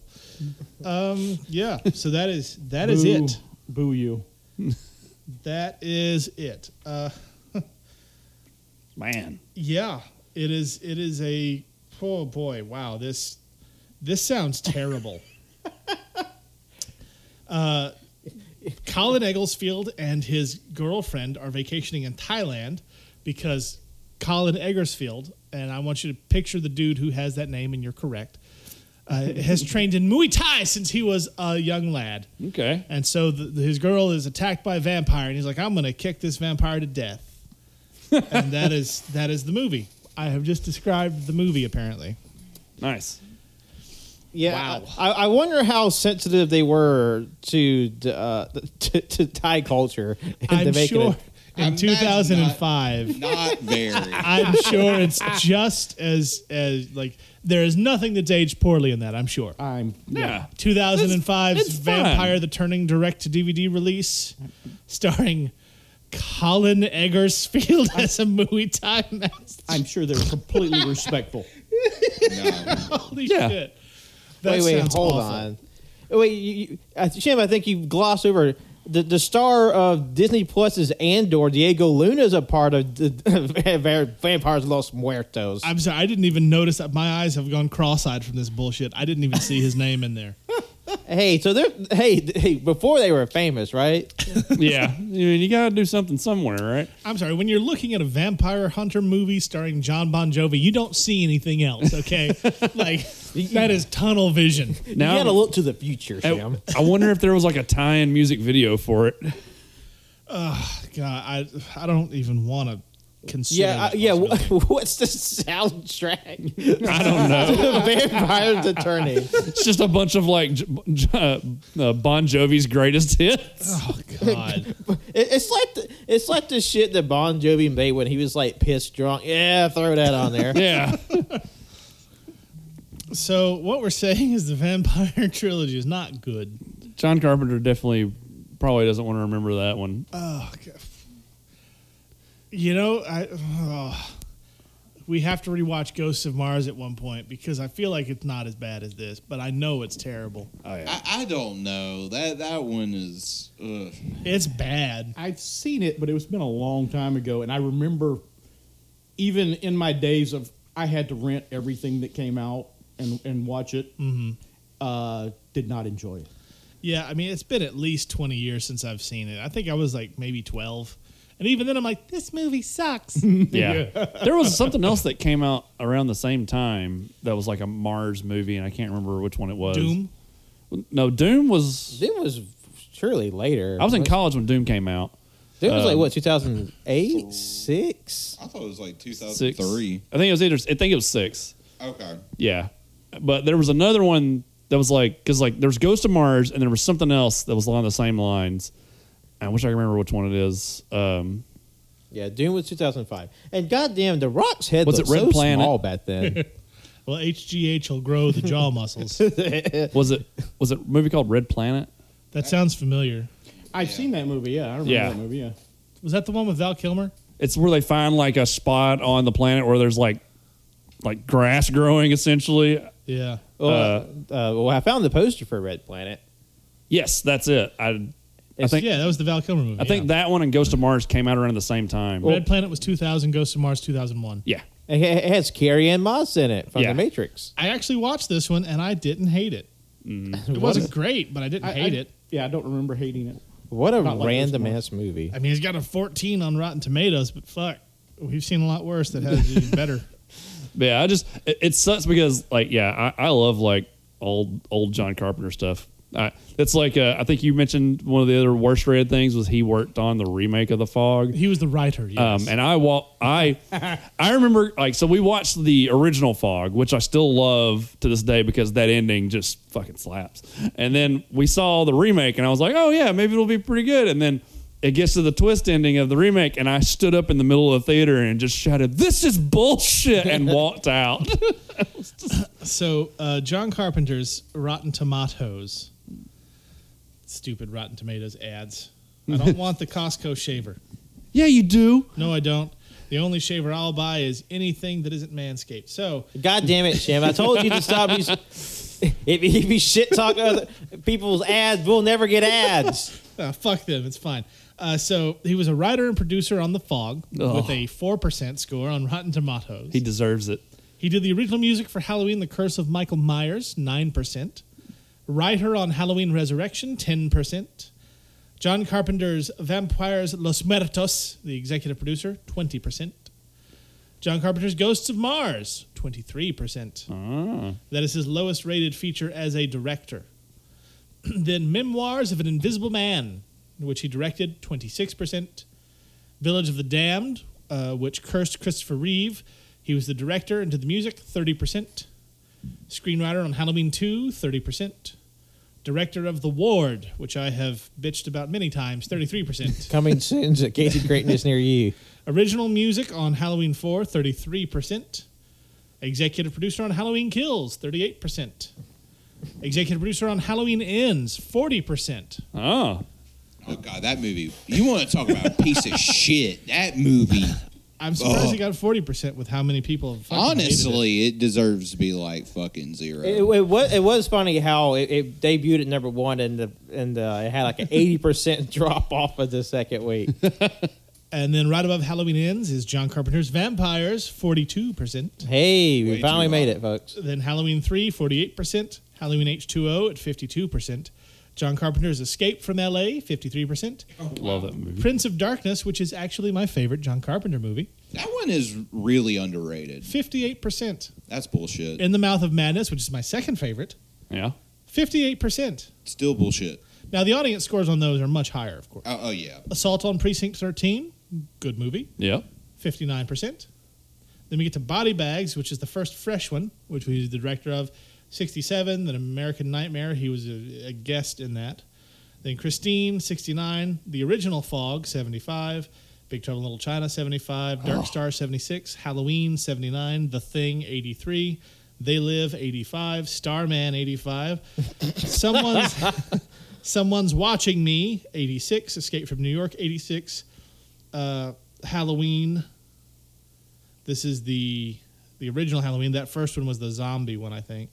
Speaker 3: Um, yeah. So that is that is it.
Speaker 2: Boo you.
Speaker 3: That is it. Uh,
Speaker 5: Man.
Speaker 3: yeah, it is. It is a. Oh boy! Wow this this sounds terrible. uh, Colin Egglesfield and his girlfriend are vacationing in Thailand because Colin Egglesfield and I want you to picture the dude who has that name, and you're correct. Uh, has trained in Muay Thai since he was a young lad.
Speaker 5: Okay.
Speaker 3: And so the, the- his girl is attacked by a vampire, and he's like, "I'm going to kick this vampire to death." and that is that is the movie. I have just described the movie. Apparently,
Speaker 5: Nice.
Speaker 4: Yeah,
Speaker 3: Wow.
Speaker 4: I, I wonder how sensitive they were to uh, to, to Thai culture.
Speaker 3: I'm
Speaker 4: into making
Speaker 3: sure
Speaker 4: it-
Speaker 6: I
Speaker 3: in
Speaker 6: imagine
Speaker 3: 2005,
Speaker 6: Not very.
Speaker 3: I'm sure it's just as as like there is nothing that's aged poorly in that. I'm sure.
Speaker 2: I'm
Speaker 5: Yeah.
Speaker 3: 2005's
Speaker 5: It's- it's fun.
Speaker 3: Vampire: The Turning direct to DVD release, starring Colin Eggersfield as a Muay Thai master.
Speaker 2: I'm sure they're completely respectful.
Speaker 6: no.
Speaker 3: Holy
Speaker 5: Yeah.
Speaker 3: shit! That
Speaker 4: wait, wait,
Speaker 3: sounds
Speaker 4: hold
Speaker 3: awful.
Speaker 4: on. Wait, you, you, uh, Shim, I think you glossed over the the star of Disney Plus's Andor, Diego Luna, is a part of the, Vampires Los Muertos.
Speaker 3: I'm sorry, I didn't even notice that my eyes have gone cross-eyed from this bullshit. I didn't even see his name in there.
Speaker 4: hey, so they're hey th- hey before they were famous, right?
Speaker 5: yeah. I mean, you got to do something somewhere, right?
Speaker 3: I'm sorry, when you're looking at a vampire hunter movie starring John Bon Jovi, you don't see anything else, okay? like that is tunnel vision.
Speaker 5: Now-
Speaker 4: you got to look to the future, Shim.
Speaker 5: I, I wonder if there was like a tie-in music video for it.
Speaker 3: God, I I don't even want to consider.
Speaker 4: yeah, I,
Speaker 3: that
Speaker 4: yeah.
Speaker 3: possibility.
Speaker 4: wha- What's the soundtrack?
Speaker 5: I don't know.
Speaker 4: Vampires Attorney.
Speaker 5: It's just a bunch of like J- J- uh, uh, Bon Jovi's greatest hits.
Speaker 3: Oh God.
Speaker 4: It, it's like the, it's like the shit that Bon Jovi made when he was like pissed drunk. Yeah, throw that on there.
Speaker 5: Yeah.
Speaker 3: so what we're saying is the vampire trilogy is not good.
Speaker 5: John Carpenter definitely probably doesn't want to remember that one.
Speaker 3: Oh God. You know, I oh, we have to rewatch Ghosts of Mars at one point because I feel like it's not as bad as this, but I know it's terrible.
Speaker 6: I, I don't know. That that one is. Ugh.
Speaker 3: It's bad.
Speaker 2: I've seen it, but it's been a long time ago, and I remember even in my days of I had to rent everything that came out and and watch it. Mm-hmm. Uh, did not enjoy it.
Speaker 3: Yeah, I mean, it's been at least 20 years since I've seen it. I think I was like maybe 12. And even then, I'm like, this movie sucks.
Speaker 5: Yeah. there was something else that came out around the same time that was like a Mars movie, and I can't remember which one it was.
Speaker 3: Doom.
Speaker 5: No, Doom was.
Speaker 4: It was surely later.
Speaker 5: I was in um, college when Doom came out.
Speaker 4: It was like what 2008, six.
Speaker 6: I thought it was like
Speaker 5: Six.
Speaker 6: 2003.
Speaker 5: I think it was either. I think it was six.
Speaker 6: Okay.
Speaker 5: Yeah. But there was another one that was like, because like there's Ghost of Mars and there was something else that was along the same lines. I wish I could remember which one it is. Um,
Speaker 4: Yeah, Doom was 2005. And goddamn, The Rock's head
Speaker 5: Was
Speaker 4: was
Speaker 5: it Red
Speaker 4: so
Speaker 5: Planet?
Speaker 4: small back then.
Speaker 3: Well, HGH will grow the jaw muscles.
Speaker 5: was it was it a movie called Red Planet?
Speaker 3: That sounds familiar.
Speaker 2: I've seen that movie. Yeah, I remember
Speaker 5: Yeah.
Speaker 2: that movie. Yeah,
Speaker 3: Was that the one with Val Kilmer?
Speaker 5: It's where they find like a spot on the planet where there's like like grass growing essentially.
Speaker 3: Yeah.
Speaker 4: well, uh, well, I found the poster for Red Planet.
Speaker 5: Yes, that's it. I I think
Speaker 3: yeah, that was the Val Kilmer movie.
Speaker 5: I think
Speaker 3: yeah.
Speaker 5: that one and Ghost of Mars came out around the same time.
Speaker 3: Red Planet was 2000, Ghost of Mars 2001.
Speaker 5: yeah.
Speaker 4: It ha- it has Carrie Ann Moss in it from
Speaker 5: Yeah.
Speaker 4: The Matrix.
Speaker 3: I actually watched this one and I didn't hate it. It wasn't great, but I didn't
Speaker 2: I
Speaker 3: hate
Speaker 2: I-
Speaker 3: it.
Speaker 2: Yeah, I don't remember hating it.
Speaker 4: What a
Speaker 2: Not like
Speaker 4: random
Speaker 2: those
Speaker 4: ass movie.
Speaker 3: I mean, it's got a 14 on Rotten Tomatoes, but fuck, we've seen a lot worse that has it better.
Speaker 5: But yeah, I just it, it sucks because like yeah, I, I love like old old John Carpenter stuff. I, that's like uh, I think you mentioned one of the other worst rated things was he worked on the remake of The Fog.
Speaker 3: He was the writer, yes.
Speaker 5: Um, and I wa- I I remember like so we watched the original Fog, which I still love to this day because that ending just fucking slaps. And then we saw the remake, and I was like, oh yeah, maybe it'll be pretty good. And then it gets to the twist ending of the remake, and I stood up in the middle of the theater and just shouted, "This is bullshit!" and walked out.
Speaker 3: So, uh, John Carpenter's Rotten Tomatoes, stupid Rotten Tomatoes ads. I don't want the Costco shaver.
Speaker 5: yeah, you do.
Speaker 3: No, I don't. The only shaver I'll buy is anything that isn't Manscaped. So,
Speaker 4: God damn it, Shim. I told you to stop. These, if, if you shit talk other people's ads, we'll never get ads.
Speaker 3: uh, fuck them. It's fine. Uh, so he was a writer and producer on The Fog with
Speaker 5: Ugh.
Speaker 3: a 4% score on Rotten Tomatoes.
Speaker 5: He deserves it.
Speaker 3: He did the original music for Halloween The Curse of Michael Myers, 9%. Writer on Halloween Resurrection, 10%. John Carpenter's Vampires Los Muertos, the executive producer, 20%. John Carpenter's Ghosts of Mars, 23%. That is his lowest rated feature as a director. then Memoirs of an Invisible Man, which he directed, 26%. Village of the Damned, uh, which cursed Christopher Reeve. He was the director and did the music, 30%. Screenwriter on Halloween 2, 30%. Director of The Ward, which I have bitched about many times, 33%.
Speaker 4: Coming soon's a gate of greatness near you.
Speaker 3: Original music on Halloween 4, 33%. Executive producer on Halloween Kills, 38%. Executive producer on Halloween Ends, 40%.
Speaker 5: Oh,
Speaker 6: Oh god, that movie. You want to talk about a piece of shit? That movie.
Speaker 3: I'm surprised he got 40% with how many people have fucking hated it.
Speaker 6: Honestly, it deserves to be like fucking zero.
Speaker 4: It, it was it was funny how it, it debuted at number one and the and uh, it had like an eighty percent drop off of the second week.
Speaker 3: And then right above Halloween Ends is John Carpenter's Vampires, 42%.
Speaker 4: Hey, we
Speaker 6: Way too
Speaker 4: finally made
Speaker 6: low.
Speaker 4: it, folks.
Speaker 3: Then Halloween 3, 48%. Halloween H2O at 52%. John Carpenter's Escape from LA, 53%.
Speaker 5: love that movie.
Speaker 3: Prince of Darkness, which is actually my favorite John Carpenter movie,
Speaker 6: that one is really underrated.
Speaker 3: 58%.
Speaker 6: That's bullshit.
Speaker 3: In the Mouth of Madness, which is my second favorite,
Speaker 5: Yeah.
Speaker 3: 58%.
Speaker 6: Still bullshit.
Speaker 3: Now, the audience scores on those are much higher, of course.
Speaker 6: Oh, oh yeah.
Speaker 3: Assault on Precinct 13, good movie.
Speaker 5: Yeah.
Speaker 3: 59%. Then we get to Body Bags, which is the first fresh one, which he's the director of. 67, then American Nightmare, he was a, a guest in that. Then Christine, 69, The Original Fog, 75, Big Trouble in Little China, 75, Dark Star, 76, Halloween, 79, The Thing, 83, They Live, 85, Starman, 85, Someone's, Someone's Watching Me, 86, Escape from New York, 86, uh, Halloween. This is the the original Halloween. That first one was the zombie one, I think.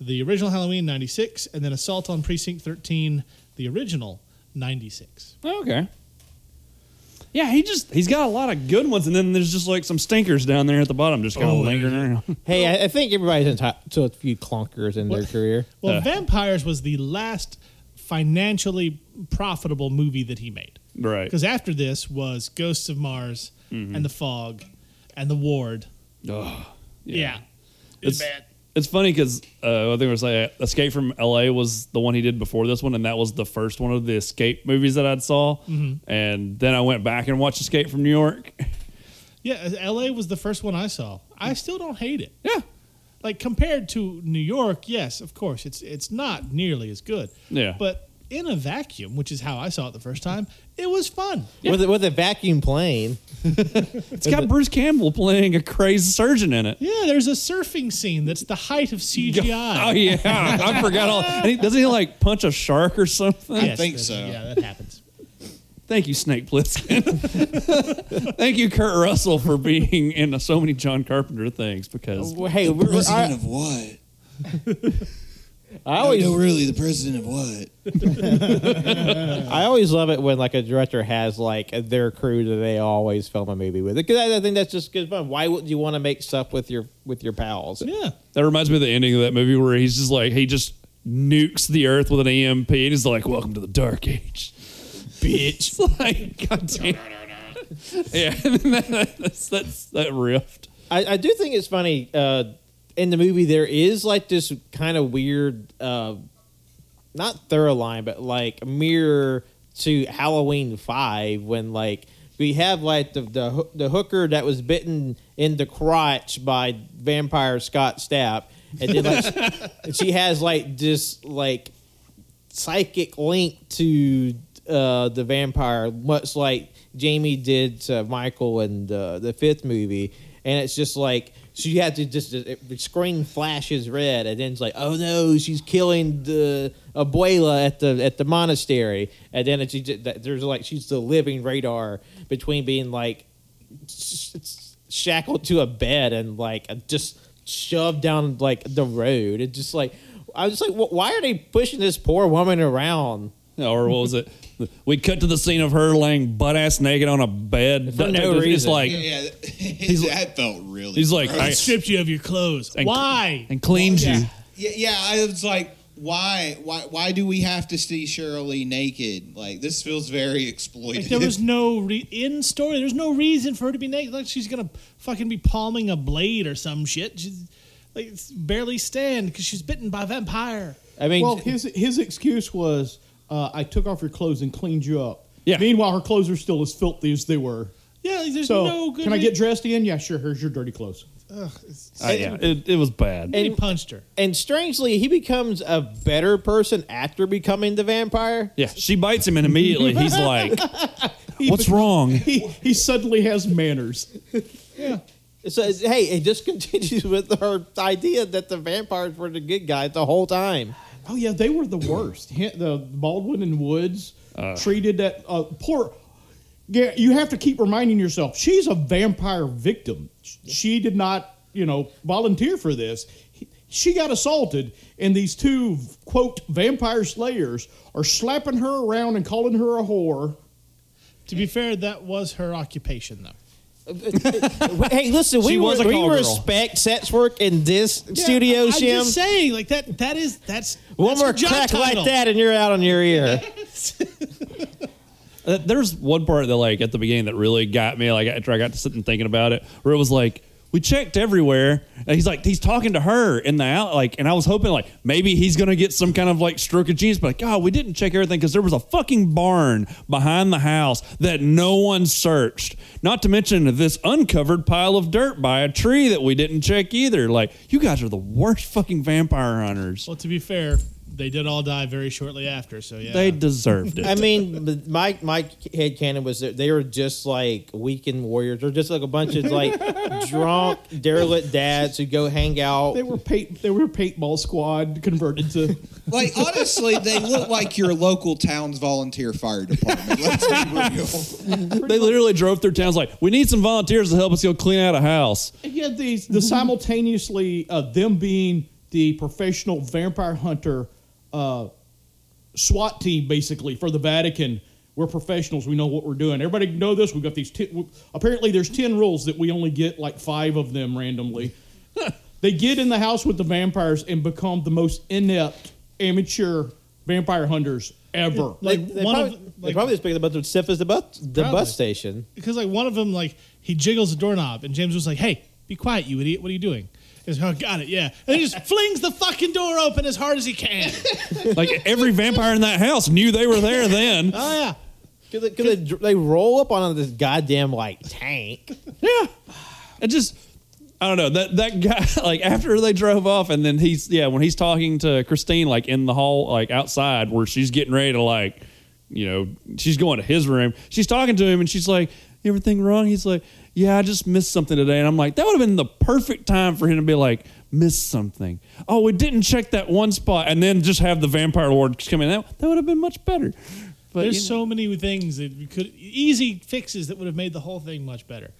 Speaker 3: The original Halloween '96, and then Assault on Precinct 13, the original '96.
Speaker 5: Okay. Yeah, he just he's got a lot of good ones, and then there's just like some stinkers down there at the bottom, just kind of lingering around.
Speaker 4: Hey, I, I think everybody's entitled to a few clunkers in their
Speaker 3: What?
Speaker 4: career.
Speaker 3: Well,
Speaker 5: Uh.
Speaker 3: Vampires was the last financially profitable movie that he made.
Speaker 5: right.
Speaker 3: Because after this was Ghosts of Mars
Speaker 5: Mm-hmm.
Speaker 3: and The Fog and The Ward.
Speaker 5: Ugh.
Speaker 3: Yeah.
Speaker 5: It's,
Speaker 3: bad.
Speaker 5: it's funny because uh, I think it was like Escape from L.A. was the one he did before this one, and that was the first one of the escape movies that I saw. And then I went back and watched Escape from New York.
Speaker 3: Yeah, LA was the first one I saw. I still don't hate it.
Speaker 5: Yeah,
Speaker 3: like compared to New York, yes, of course, it's it's not nearly as good.
Speaker 5: Yeah.
Speaker 3: But in a vacuum, which is how I saw it the first time, it was fun.
Speaker 4: With, a- with a vacuum plane,
Speaker 5: it's got Bruce Campbell playing a crazy surgeon in it.
Speaker 3: Yeah, there's a surfing scene that's the height of
Speaker 5: Oh
Speaker 3: CGI.
Speaker 5: yeah, I forgot all. And he, doesn't he like punch a shark or something?
Speaker 3: Yes,
Speaker 6: think
Speaker 3: that's-
Speaker 6: so.
Speaker 3: Yeah, that happens.
Speaker 5: Thank you, Snake Plissken. Thank you, Kurt Russell, for being in so many John Carpenter things because
Speaker 4: hey, we're, we're-
Speaker 6: President
Speaker 4: I,
Speaker 6: of what?
Speaker 4: I
Speaker 6: Oh,
Speaker 4: always
Speaker 6: no, really, the president of what?
Speaker 4: I always love it when like a director has like their crew that they always film a movie with. Because I, I think that's just good fun. Why wouldn't you want to make stuff with your with your pals?
Speaker 3: Yeah.
Speaker 5: that reminds me of the ending of that movie where he's just like he just nukes the earth with an EMP and he's like, "Welcome to the Dark Age, bitch." It's like, goddamn. yeah, and then that, that's, that's that rift.
Speaker 4: I, I do think it's funny uh, in the movie there is like this kind of weird, uh, not thorough line, but like mirror to Halloween Five when like we have like the the, hoo- the hooker that was bitten in the crotch by vampire Scott Stapp, and then like and she has like this like psychic link to uh, the vampire, much like Jamie did to Michael in the, the fifth movie. And it's just like, so you have to just, it- the screen flashes red, and then it's like, oh no, she's killing the abuela at the at the monastery. And then it's, you ju- that- there's like, she's the living radar between being like sh- sh- shackled to a bed and like just shoved down like the road. It's just like, I was just like, wh- why are they pushing this poor woman around?
Speaker 5: or what was it? We cut to the scene of her laying butt ass naked on a bed.
Speaker 4: For no
Speaker 5: it's
Speaker 4: reason.
Speaker 5: like
Speaker 6: Yeah, that felt really.
Speaker 5: he's like,
Speaker 6: gross.
Speaker 5: I-
Speaker 3: I stripped you of your clothes.
Speaker 5: And-
Speaker 3: Why?
Speaker 5: and cleaned you.
Speaker 6: yeah, yeah. I was like, why, why, why do we have to see Shirley naked? Like this feels very exploitive.
Speaker 3: Like there was no re- in story. There's no reason for her to be naked. Like she's gonna fucking be palming a blade or some shit. She's like it's barely stand because she's bitten by a vampire.
Speaker 4: I mean,
Speaker 2: well, his his excuse was, uh, "I took off your clothes and cleaned you up."
Speaker 5: Yeah.
Speaker 2: Meanwhile, her clothes are still as filthy as they were.
Speaker 3: Yeah, like, there's
Speaker 2: so,
Speaker 3: no good.
Speaker 2: can I
Speaker 3: rea-
Speaker 2: get dressed again? Yeah, sure. Here's your dirty clothes.
Speaker 5: I- Uh, yeah, it, it was bad.
Speaker 3: And he punched her.
Speaker 4: and strangely, he becomes a better person after becoming the vampire.
Speaker 5: yeah, she bites him, and immediately he's like,
Speaker 2: He
Speaker 5: "What's
Speaker 2: be-
Speaker 5: wrong?"
Speaker 2: He he suddenly has manners.
Speaker 4: So it's- hey, it just continues with her idea that the vampires were the good guys the whole time.
Speaker 2: Oh yeah, they were the worst. He- the Baldwin and Woods treated that uh, poor. Yeah, you have to keep reminding yourself she's a vampire victim. Sh- She did not, you know, volunteer for this. He- She got assaulted, and these two quote vampire slayers are slapping her around and calling her a whore.
Speaker 3: To be fair, that was her occupation though.
Speaker 4: hey, listen, we
Speaker 5: She was
Speaker 4: were-
Speaker 5: a
Speaker 4: we
Speaker 5: call girl.
Speaker 4: respect sex work in this studio,
Speaker 3: I, I'm
Speaker 4: Jim.
Speaker 3: just saying, like that. That is that's
Speaker 4: One
Speaker 3: that's
Speaker 4: more
Speaker 3: her job
Speaker 4: crack
Speaker 3: title.
Speaker 4: like that, and you're out on your ear.
Speaker 5: Uh, There's one part that like at the beginning that really got me. Like after I got to sitting thinking about it, where it was like we checked everywhere, and he's like he's talking to her in the out like, and I was hoping like maybe he's gonna get some kind of like stroke of genius, but like God, we didn't check everything because there was a fucking barn behind the house that no one searched. Not to mention this uncovered pile of dirt by a tree that we didn't check either. Like you guys are the worst fucking vampire hunters.
Speaker 3: Well, to be fair, they did all die very shortly after. So yeah,
Speaker 5: They deserved it.
Speaker 4: I mean, but my my head canon was that they were just like weekend warriors. They're just like a bunch of like drunk derelict dads who go hang out.
Speaker 2: They were paint. They were paintball squad converted to.
Speaker 6: like honestly, they look like your local town's volunteer fire department. Let's be real.
Speaker 5: They literally drove through towns like, we need some volunteers to help us go clean out a house.
Speaker 2: And yet these
Speaker 4: Mm-hmm.
Speaker 2: the simultaneously uh, them being the professional vampire hunter uh, SWAT team basically for the Vatican. We're professionals. We know what we're doing. Everybody can know this. We've got these. Ten, w- apparently, there's ten rules that we only get like five of them randomly. they get in the house with the vampires and become the most inept amateur vampire hunters ever.
Speaker 4: They,
Speaker 3: Like,
Speaker 4: they
Speaker 3: one
Speaker 4: probably,
Speaker 3: of-
Speaker 4: they
Speaker 3: like-
Speaker 4: probably just picked a bunch of stuff as the bus the
Speaker 3: Probably.
Speaker 4: bus station.
Speaker 3: because like one of them like he jiggles the doorknob and James was like, "Hey, be quiet, you idiot! What are you doing?" He's like, "Oh, got it, yeah." And he just flings the fucking door open as hard as he can.
Speaker 5: Like every vampire in that house knew they were there then.
Speaker 3: oh yeah,
Speaker 4: Cause they, 'cause they, dr- they roll up on this goddamn like tank.
Speaker 5: Yeah. It just I don't know. That that guy like after they drove off and then he's yeah, when he's talking to Christine like in the hall, like outside where she's getting ready to like you know, she's going to his room. She's talking to him and she's like, Everything wrong? He's like, Yeah, I just missed something today. And I'm like, that would have been the perfect time for him to be like, missed something. Oh, we didn't check that one spot and then just have the vampire lord come in. That, that would have been much better. But
Speaker 3: there's
Speaker 5: you know.
Speaker 3: so many things that we could easy fixes that would have made the whole thing much better.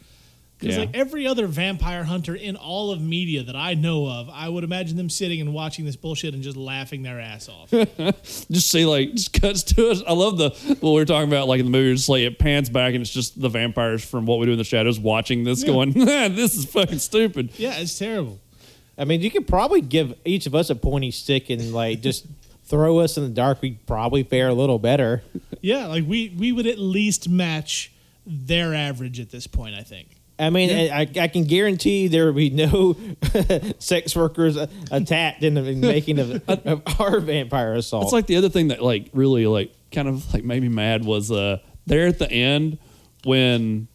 Speaker 3: Because
Speaker 5: Yeah.
Speaker 3: like every other vampire hunter in all of media that I know of, I would imagine them sitting and watching this bullshit and just laughing their ass off.
Speaker 5: just say like just cuts to us. I love the what we were talking about like in the movie. Just like it pans back and it's just the vampires from what we do in the shadows watching this, going, "This is fucking stupid."
Speaker 3: yeah, it's terrible.
Speaker 4: I mean, you could probably give each of us a pointy stick and like just throw us in the dark. We'd probably fare a little better.
Speaker 3: Yeah, like we we would at least match their average at this point. I think.
Speaker 4: I mean, I, I can guarantee you there would be no sex workers uh, attacked in the making of, of our vampire assault.
Speaker 5: That's like the other thing that like really like kind of like made me mad was uh there at the end when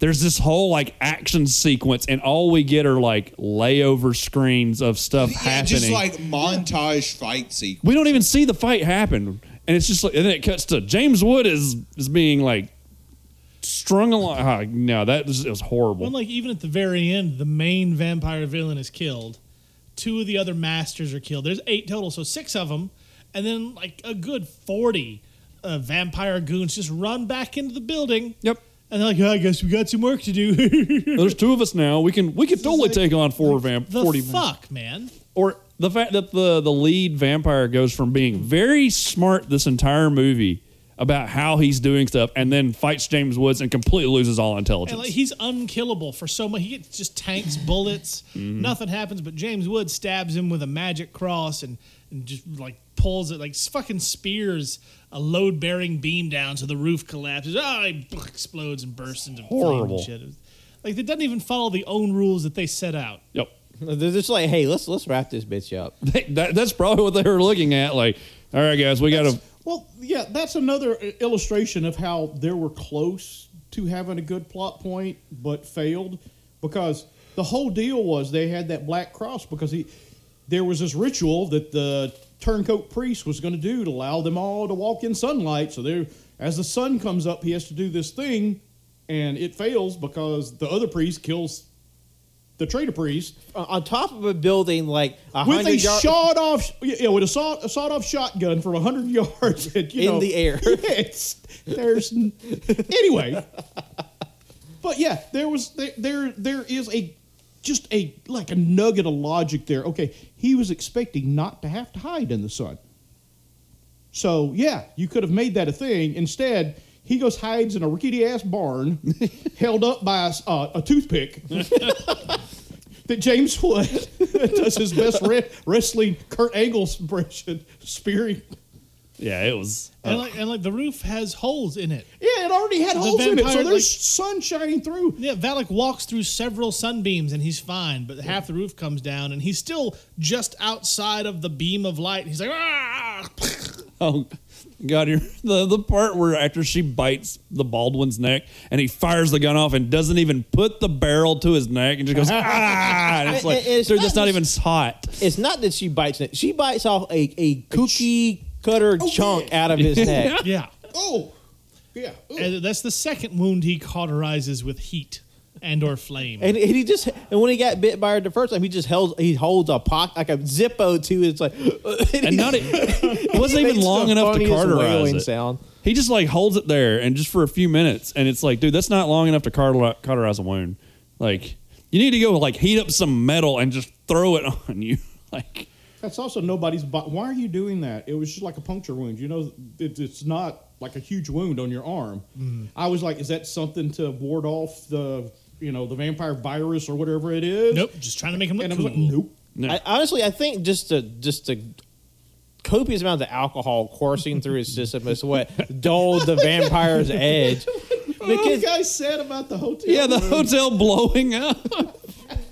Speaker 5: there's this whole like action sequence and all we get are like layover screens of stuff
Speaker 6: yeah,
Speaker 5: happening.
Speaker 6: just like montage fight sequence.
Speaker 5: we don't even see the fight happen, and it's just like, and then it cuts to James Wood is is being like strung along. ah, no, that was, it was horrible.
Speaker 3: Well, like even at the very end, the main vampire villain is killed. Two of the other masters are killed. There's eight total, so six of them, and then like a good forty uh, vampire goons just run back into the building.
Speaker 5: Yep.
Speaker 3: And they're like, oh, I guess we got some work to do.
Speaker 5: There's two of us now. We can we can totally
Speaker 3: like-
Speaker 5: take on four vamp
Speaker 3: the
Speaker 5: forty. vamp-
Speaker 3: fuck, man.
Speaker 5: or the fact that the the lead vampire goes from being very smart this entire movie about how he's doing stuff, and then fights James Woods and completely loses all intelligence.
Speaker 3: And like, he's unkillable for so much. He gets just tanks bullets. Nothing happens, but James Wood stabs him with a magic cross and, and just like pulls it, like s- fucking spears a load bearing beam down so the roof collapses. Ah, he explodes and bursts into
Speaker 5: Horrible.
Speaker 3: flame and shit. Like, it doesn't even follow the own rules that they set out.
Speaker 5: yep.
Speaker 4: They're just like, hey, let's let's wrap this bitch up.
Speaker 5: That, that's probably what they were looking at. Like, all right, guys, we got to.
Speaker 2: Well, yeah, that's another i- illustration of how they were close to having a good plot point but failed because the whole deal was they had that black cross because he there was this ritual that the turncoat priest was going to do to allow them all to walk in sunlight. So there as the sun comes up, he has to do this thing and it fails because the other priest kills the traitor priest
Speaker 4: On- On top of a building like a
Speaker 2: with a
Speaker 4: hundred yards.
Speaker 2: shot off, yeah, with a sawed, a sawed off shotgun from hundred yards and, you
Speaker 4: In
Speaker 2: know,
Speaker 4: the air.
Speaker 2: Yeah, it's, there's n- anyway, but yeah, there was there, there there is a just a like a nugget of logic there. Okay, he was expecting not to have to hide in the sun, so yeah, you could have made that a thing. Instead, he goes hides in a rickety ass barn, held up by a, s- uh, a toothpick that James Wood does his best re- wrestling Kurt Angle impression, spearing.
Speaker 5: Yeah, it was.
Speaker 3: And, like, and like, the roof has holes in it.
Speaker 2: Yeah, it already had
Speaker 3: The
Speaker 2: holes in it, so
Speaker 3: vampire,
Speaker 2: there's
Speaker 3: like-
Speaker 2: sun shining through.
Speaker 3: Yeah, Valak walks through several sunbeams and he's fine, but half the roof comes down and he's still just outside of the beam of light. He's like, ah!
Speaker 5: Oh God! You're, the the part where after she bites the Baldwin's neck and he fires the gun off and doesn't even put the barrel to his neck and just goes ah! And it's like,
Speaker 4: It- it's
Speaker 5: dude,
Speaker 4: not
Speaker 5: that's not
Speaker 4: just-
Speaker 5: even hot.
Speaker 4: It's not that she bites it. She bites off a, a cookie cutter chunk out of his neck.
Speaker 3: Yeah.
Speaker 2: Oh, yeah. Ooh.
Speaker 3: And that's the second wound he cauterizes with heat and or flame.
Speaker 4: And, and he just and when he got bit by her the first time, he just held he holds a pocket like a Zippo to his like
Speaker 5: And not it, it wasn't even
Speaker 4: makes
Speaker 5: long
Speaker 4: the
Speaker 5: enough to
Speaker 4: funniest
Speaker 5: carterize
Speaker 4: wailing
Speaker 5: it.
Speaker 4: sound.
Speaker 5: He just like holds it there and just for a few minutes, and it's like, dude, that's not long enough to carter- cauterize a wound. Like, you need to go like heat up some metal and just throw it on you. Like,
Speaker 2: That's also nobody's. Bo- Why are you doing that? It was just like a puncture wound. You know, it, it's not like a huge wound on your arm. I was like, is that something to ward off the, you know, the vampire virus or whatever it is?
Speaker 3: nope, just trying to make him look
Speaker 2: And I was
Speaker 3: cool.
Speaker 2: like, nope.
Speaker 4: I, honestly, I think just the just the copious amount of alcohol coursing through his system is what dulled the vampire's edge.
Speaker 2: What
Speaker 4: Because
Speaker 3: Oh,
Speaker 2: the guy said about the hotel?
Speaker 5: yeah, the
Speaker 2: room.
Speaker 5: hotel blowing up.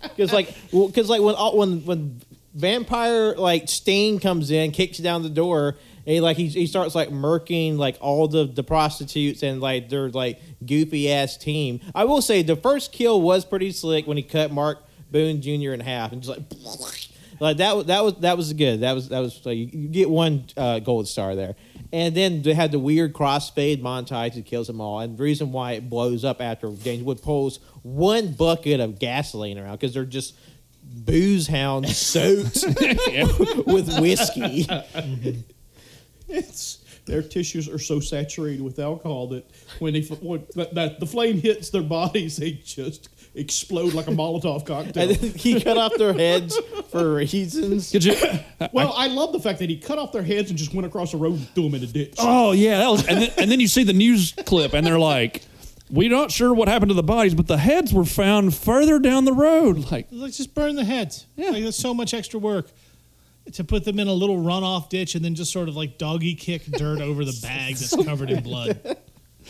Speaker 4: Because like, well, because like when all- when when vampire like stain comes in, kicks down the door, and he, like he, he starts like murking like all the the prostitutes and like their like goofy ass team. I will say the first kill was pretty slick when he cut Mark Boone Jr. in half and just like. Like that, was that was that was good. That was that was like you you get one uh, gold star there, and then they had the weird crossfade montage that kills them all. And the reason why it blows up after James Wood pulls one bucket of gasoline around because they're just booze hounds soaked with whiskey.
Speaker 2: It's their tissues are so saturated with alcohol that when they when, that, that the flame hits their bodies, they just explode like a Molotov
Speaker 4: And
Speaker 2: cocktail.
Speaker 4: then he cut off their heads for reasons.
Speaker 5: Could you?
Speaker 2: Well, I love the fact that he cut off their heads and just went across the road and threw them in a ditch.
Speaker 5: Oh yeah, that was. And then, and then you see the news clip, and they're like, "We're not sure what happened to the bodies, but the heads were found further down the road." Like,
Speaker 3: Let's just burn the heads. Like, that's so much extra work to put them in a little runoff ditch and then just sort of like doggy kick dirt over the bag that's covered in blood.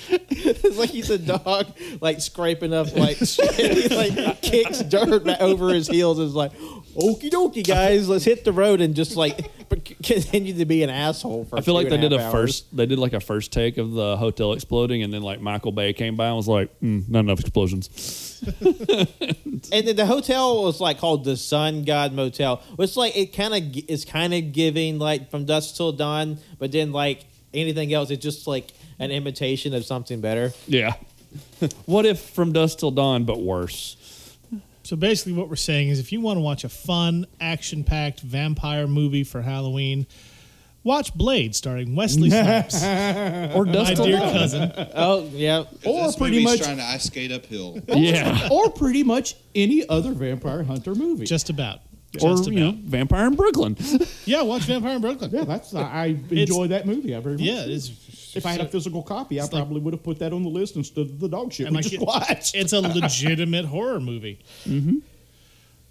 Speaker 4: It's like he's a dog, like scraping up like shit. He like kicks dirt back over his heels. and is like, okie dokie, guys, let's hit the road and just like continue to be an asshole for.
Speaker 5: I feel
Speaker 4: two
Speaker 5: like they
Speaker 4: and
Speaker 5: did a
Speaker 4: half hours.
Speaker 5: first. They did like a first take of the hotel exploding, and then like Michael Bay came by and was like, mm, "Not enough explosions."
Speaker 4: And then the hotel was like called the Sun God Motel. It's like it kind of is kind of giving like from dusk till dawn, but then like anything else, it's just like an imitation of something better.
Speaker 5: Yeah. what if from dusk till dawn, but worse?
Speaker 3: So basically, what we're saying is if you want to watch a fun, action packed vampire movie for Halloween, watch Blade starring Wesley Snipes,
Speaker 5: Or
Speaker 3: my
Speaker 5: dusk till
Speaker 3: dear
Speaker 5: dawn?
Speaker 3: cousin.
Speaker 4: Oh yeah,
Speaker 2: or
Speaker 6: this
Speaker 2: pretty
Speaker 6: movie's
Speaker 2: much,
Speaker 6: trying to ice skate uphill.
Speaker 5: Yeah.
Speaker 2: or pretty much any other vampire hunter movie.
Speaker 3: Just about.
Speaker 5: or
Speaker 3: Just
Speaker 5: you know, Vampire in Brooklyn.
Speaker 3: Yeah, watch Vampire in Brooklyn.
Speaker 2: Yeah, that's I I enjoy that movie. I very much
Speaker 3: Yeah,
Speaker 2: do.
Speaker 3: it's-
Speaker 2: if I had a physical copy, I
Speaker 3: like-
Speaker 2: probably would have put that on the list instead of the dog shit
Speaker 3: And
Speaker 2: we
Speaker 3: like
Speaker 2: just
Speaker 3: it-
Speaker 2: watched.
Speaker 3: It's a legitimate horror movie. Mm-hmm.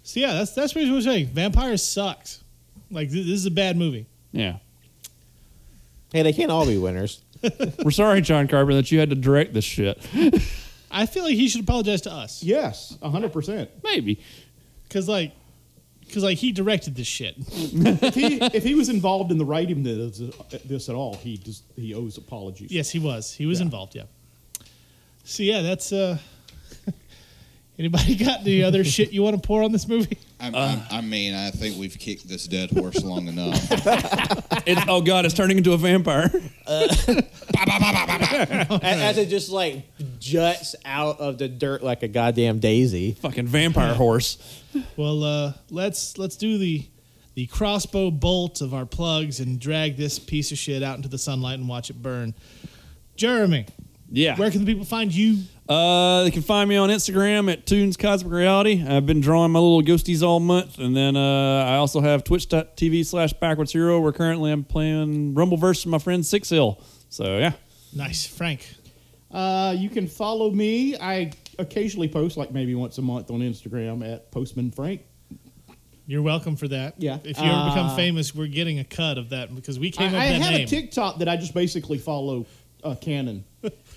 Speaker 3: So yeah, that's that's pretty much what I'm saying. Vampire sucks. Like th- this is a bad movie.
Speaker 5: yeah,
Speaker 4: Hey, they can't all be winners.
Speaker 5: we're sorry, John Carpenter, that you had to direct this shit.
Speaker 3: I feel like he should apologize to us
Speaker 2: yes, hundred percent.
Speaker 5: Maybe.
Speaker 3: because like because like he directed this shit.
Speaker 2: If he if he was involved in the writing of this, uh, this at all, he just he owes apologies.
Speaker 3: Yes, he was. He was
Speaker 2: Yeah.
Speaker 3: involved. Yeah. So yeah, that's uh. Anybody got any other shit you want to pour on this movie?
Speaker 6: I'm, I'm, I mean, I think we've kicked this dead horse long enough.
Speaker 5: It's, oh God, it's turning into a vampire.
Speaker 4: As, as it just like juts out of the dirt like a goddamn daisy.
Speaker 5: Fucking vampire horse.
Speaker 3: Well, uh, let's let's do the the crossbow bolt of our plugs and drag this piece of shit out into the sunlight and watch it burn. Jeremy,
Speaker 5: Yeah.
Speaker 3: where can the people find you?
Speaker 5: Uh, they can find me on Instagram at Toons Cosmic Reality. I've been drawing my little ghosties all month, and then uh, I also have twitch.tv slash backwards hero where currently I'm playing Rumbleverse with my friend Six Hill. So yeah.
Speaker 3: Nice, Frank.
Speaker 2: Uh, you can follow me. I occasionally post, like maybe once a month, on Instagram at Postman Frank.
Speaker 3: You're welcome for that.
Speaker 2: Yeah.
Speaker 3: If you ever become famous, we're getting a cut of that because we
Speaker 2: I,
Speaker 3: came up
Speaker 2: I
Speaker 3: with that
Speaker 2: have
Speaker 3: name.
Speaker 2: a TikTok that I just basically follow uh, Canon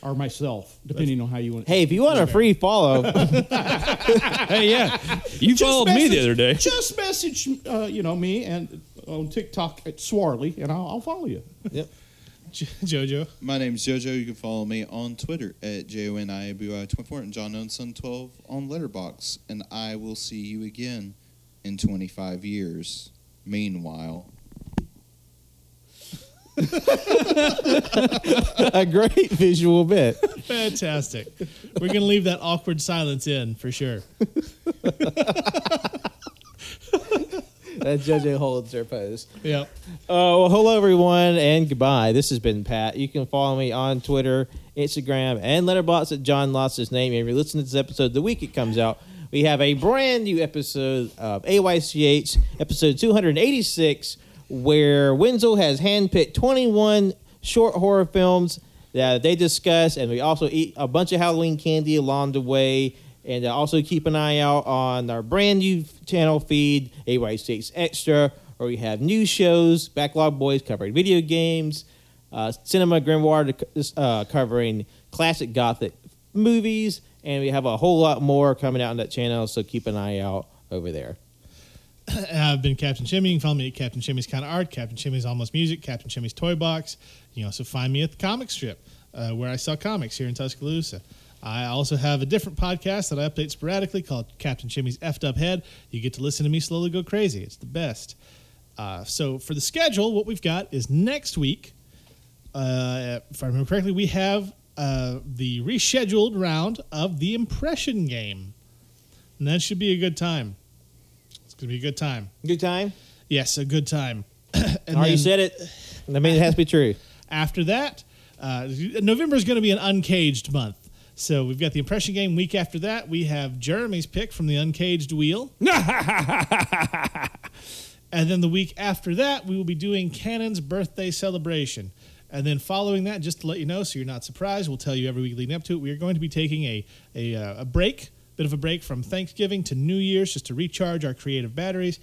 Speaker 2: or myself, depending on how you want.
Speaker 4: Hey, if you want a free follow,
Speaker 5: Hey, yeah. You followed me the other day.
Speaker 2: Just message, uh, you know, me and uh, on TikTok at Swarley, and I'll, I'll follow you.
Speaker 3: Jo- Jojo.
Speaker 6: My name's JoJo. You can follow me on Twitter at J O N I A B Y 24 and John Ownson 12 on Letterbox. And I will see you again in 25 years. Meanwhile,
Speaker 4: a great visual bit.
Speaker 3: Fantastic. we're gonna leave that awkward silence in for sure.
Speaker 4: That JoJo holds their pose.
Speaker 3: Yeah.
Speaker 4: Uh, well, hello everyone, and goodbye. This has been Pat. You can follow me on Twitter, Instagram, and Letterboxd at John Lost His Name. If you listen to this episode the week it comes out, we have a brand new episode of AYCH, episode 286, where Wenzel has handpicked 21 short horror films that they discuss, and we also eat a bunch of Halloween candy along the way. And uh, also keep an eye out on our brand new channel feed, AY6 Extra, where we have new shows, Backlog Boys covering video games, uh, Cinema Grimoire uh, covering classic Gothic movies, and we have a whole lot more coming out on that channel, so keep an eye out over there.
Speaker 3: I've been Captain Chimmy. You can follow me at Captain Chimmy's Kind of Art, Captain Chimmy's Almost Music, Captain Chimmy's Toy Box. You can also find me at the comic strip, uh, where I sell comics here in Tuscaloosa. I also have a different podcast that I update sporadically called Captain Chimmy's Effed Up Head. You get to listen to me slowly go crazy. It's the best. Uh, so for the schedule, what we've got is next week. Uh, if I remember correctly, we have uh, the rescheduled round of the impression game, and that should be a good time. It's gonna be a good time.
Speaker 4: Good time?
Speaker 3: Yes, a good time. and
Speaker 4: Already
Speaker 3: then
Speaker 4: said it. I mean, it has to be true.
Speaker 3: after that, uh, November is going to be an uncaged month. So we've got the impression game week after that. We have Jeremy's pick from the uncaged wheel. and then the week after that, we will be doing Cannon's birthday celebration. And then following that, just to let you know, so you're not surprised, we'll tell you every week leading up to it. We are going to be taking a a, uh, a break, bit of a break from Thanksgiving to New Year's, just to recharge our creative batteries.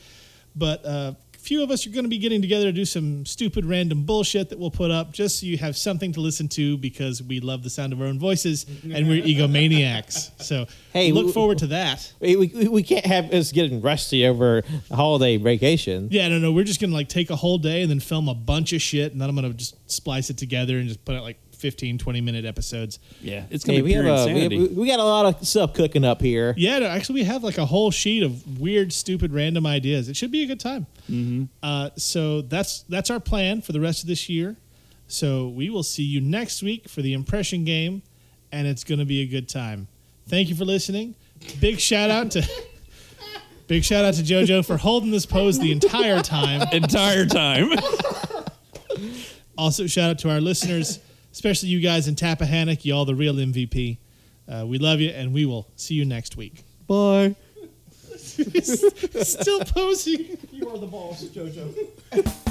Speaker 3: But uh, few of us are going to be getting together to do some stupid random bullshit that we'll put up, just so you have something to listen to, because we love the sound of our own voices and we're egomaniacs. So
Speaker 4: Hey,
Speaker 3: look
Speaker 4: w-
Speaker 3: forward to that.
Speaker 4: We, we, we can't have us getting rusty over a holiday vacation.
Speaker 3: Yeah, no, no. We're just gonna like take a whole day and then film a bunch of shit, and then I'm gonna just splice it together and just put out like 15, 20 minute episodes.
Speaker 5: Yeah, it's gonna
Speaker 4: Hey,
Speaker 5: be
Speaker 4: we, have
Speaker 5: pure
Speaker 4: a, we,
Speaker 5: insanity.
Speaker 4: we we got a lot of stuff cooking up here.
Speaker 3: Yeah, no, actually, we have like a whole sheet of weird, stupid, random ideas. It should be a good time. Uh, so that's that's our plan for the rest of this year. So we will see you next week for the impression game, and it's gonna be a good time. Thank you for listening. Big shout out to. Big shout out to JoJo for holding this pose the entire time.
Speaker 5: Entire time.
Speaker 3: Also, shout out to our listeners, especially you guys in Tappahannock. Y'all, the real MVP. Uh, we love you, and we will see you next week.
Speaker 5: Bye.
Speaker 7: He's still posing.
Speaker 3: You are the boss, JoJo.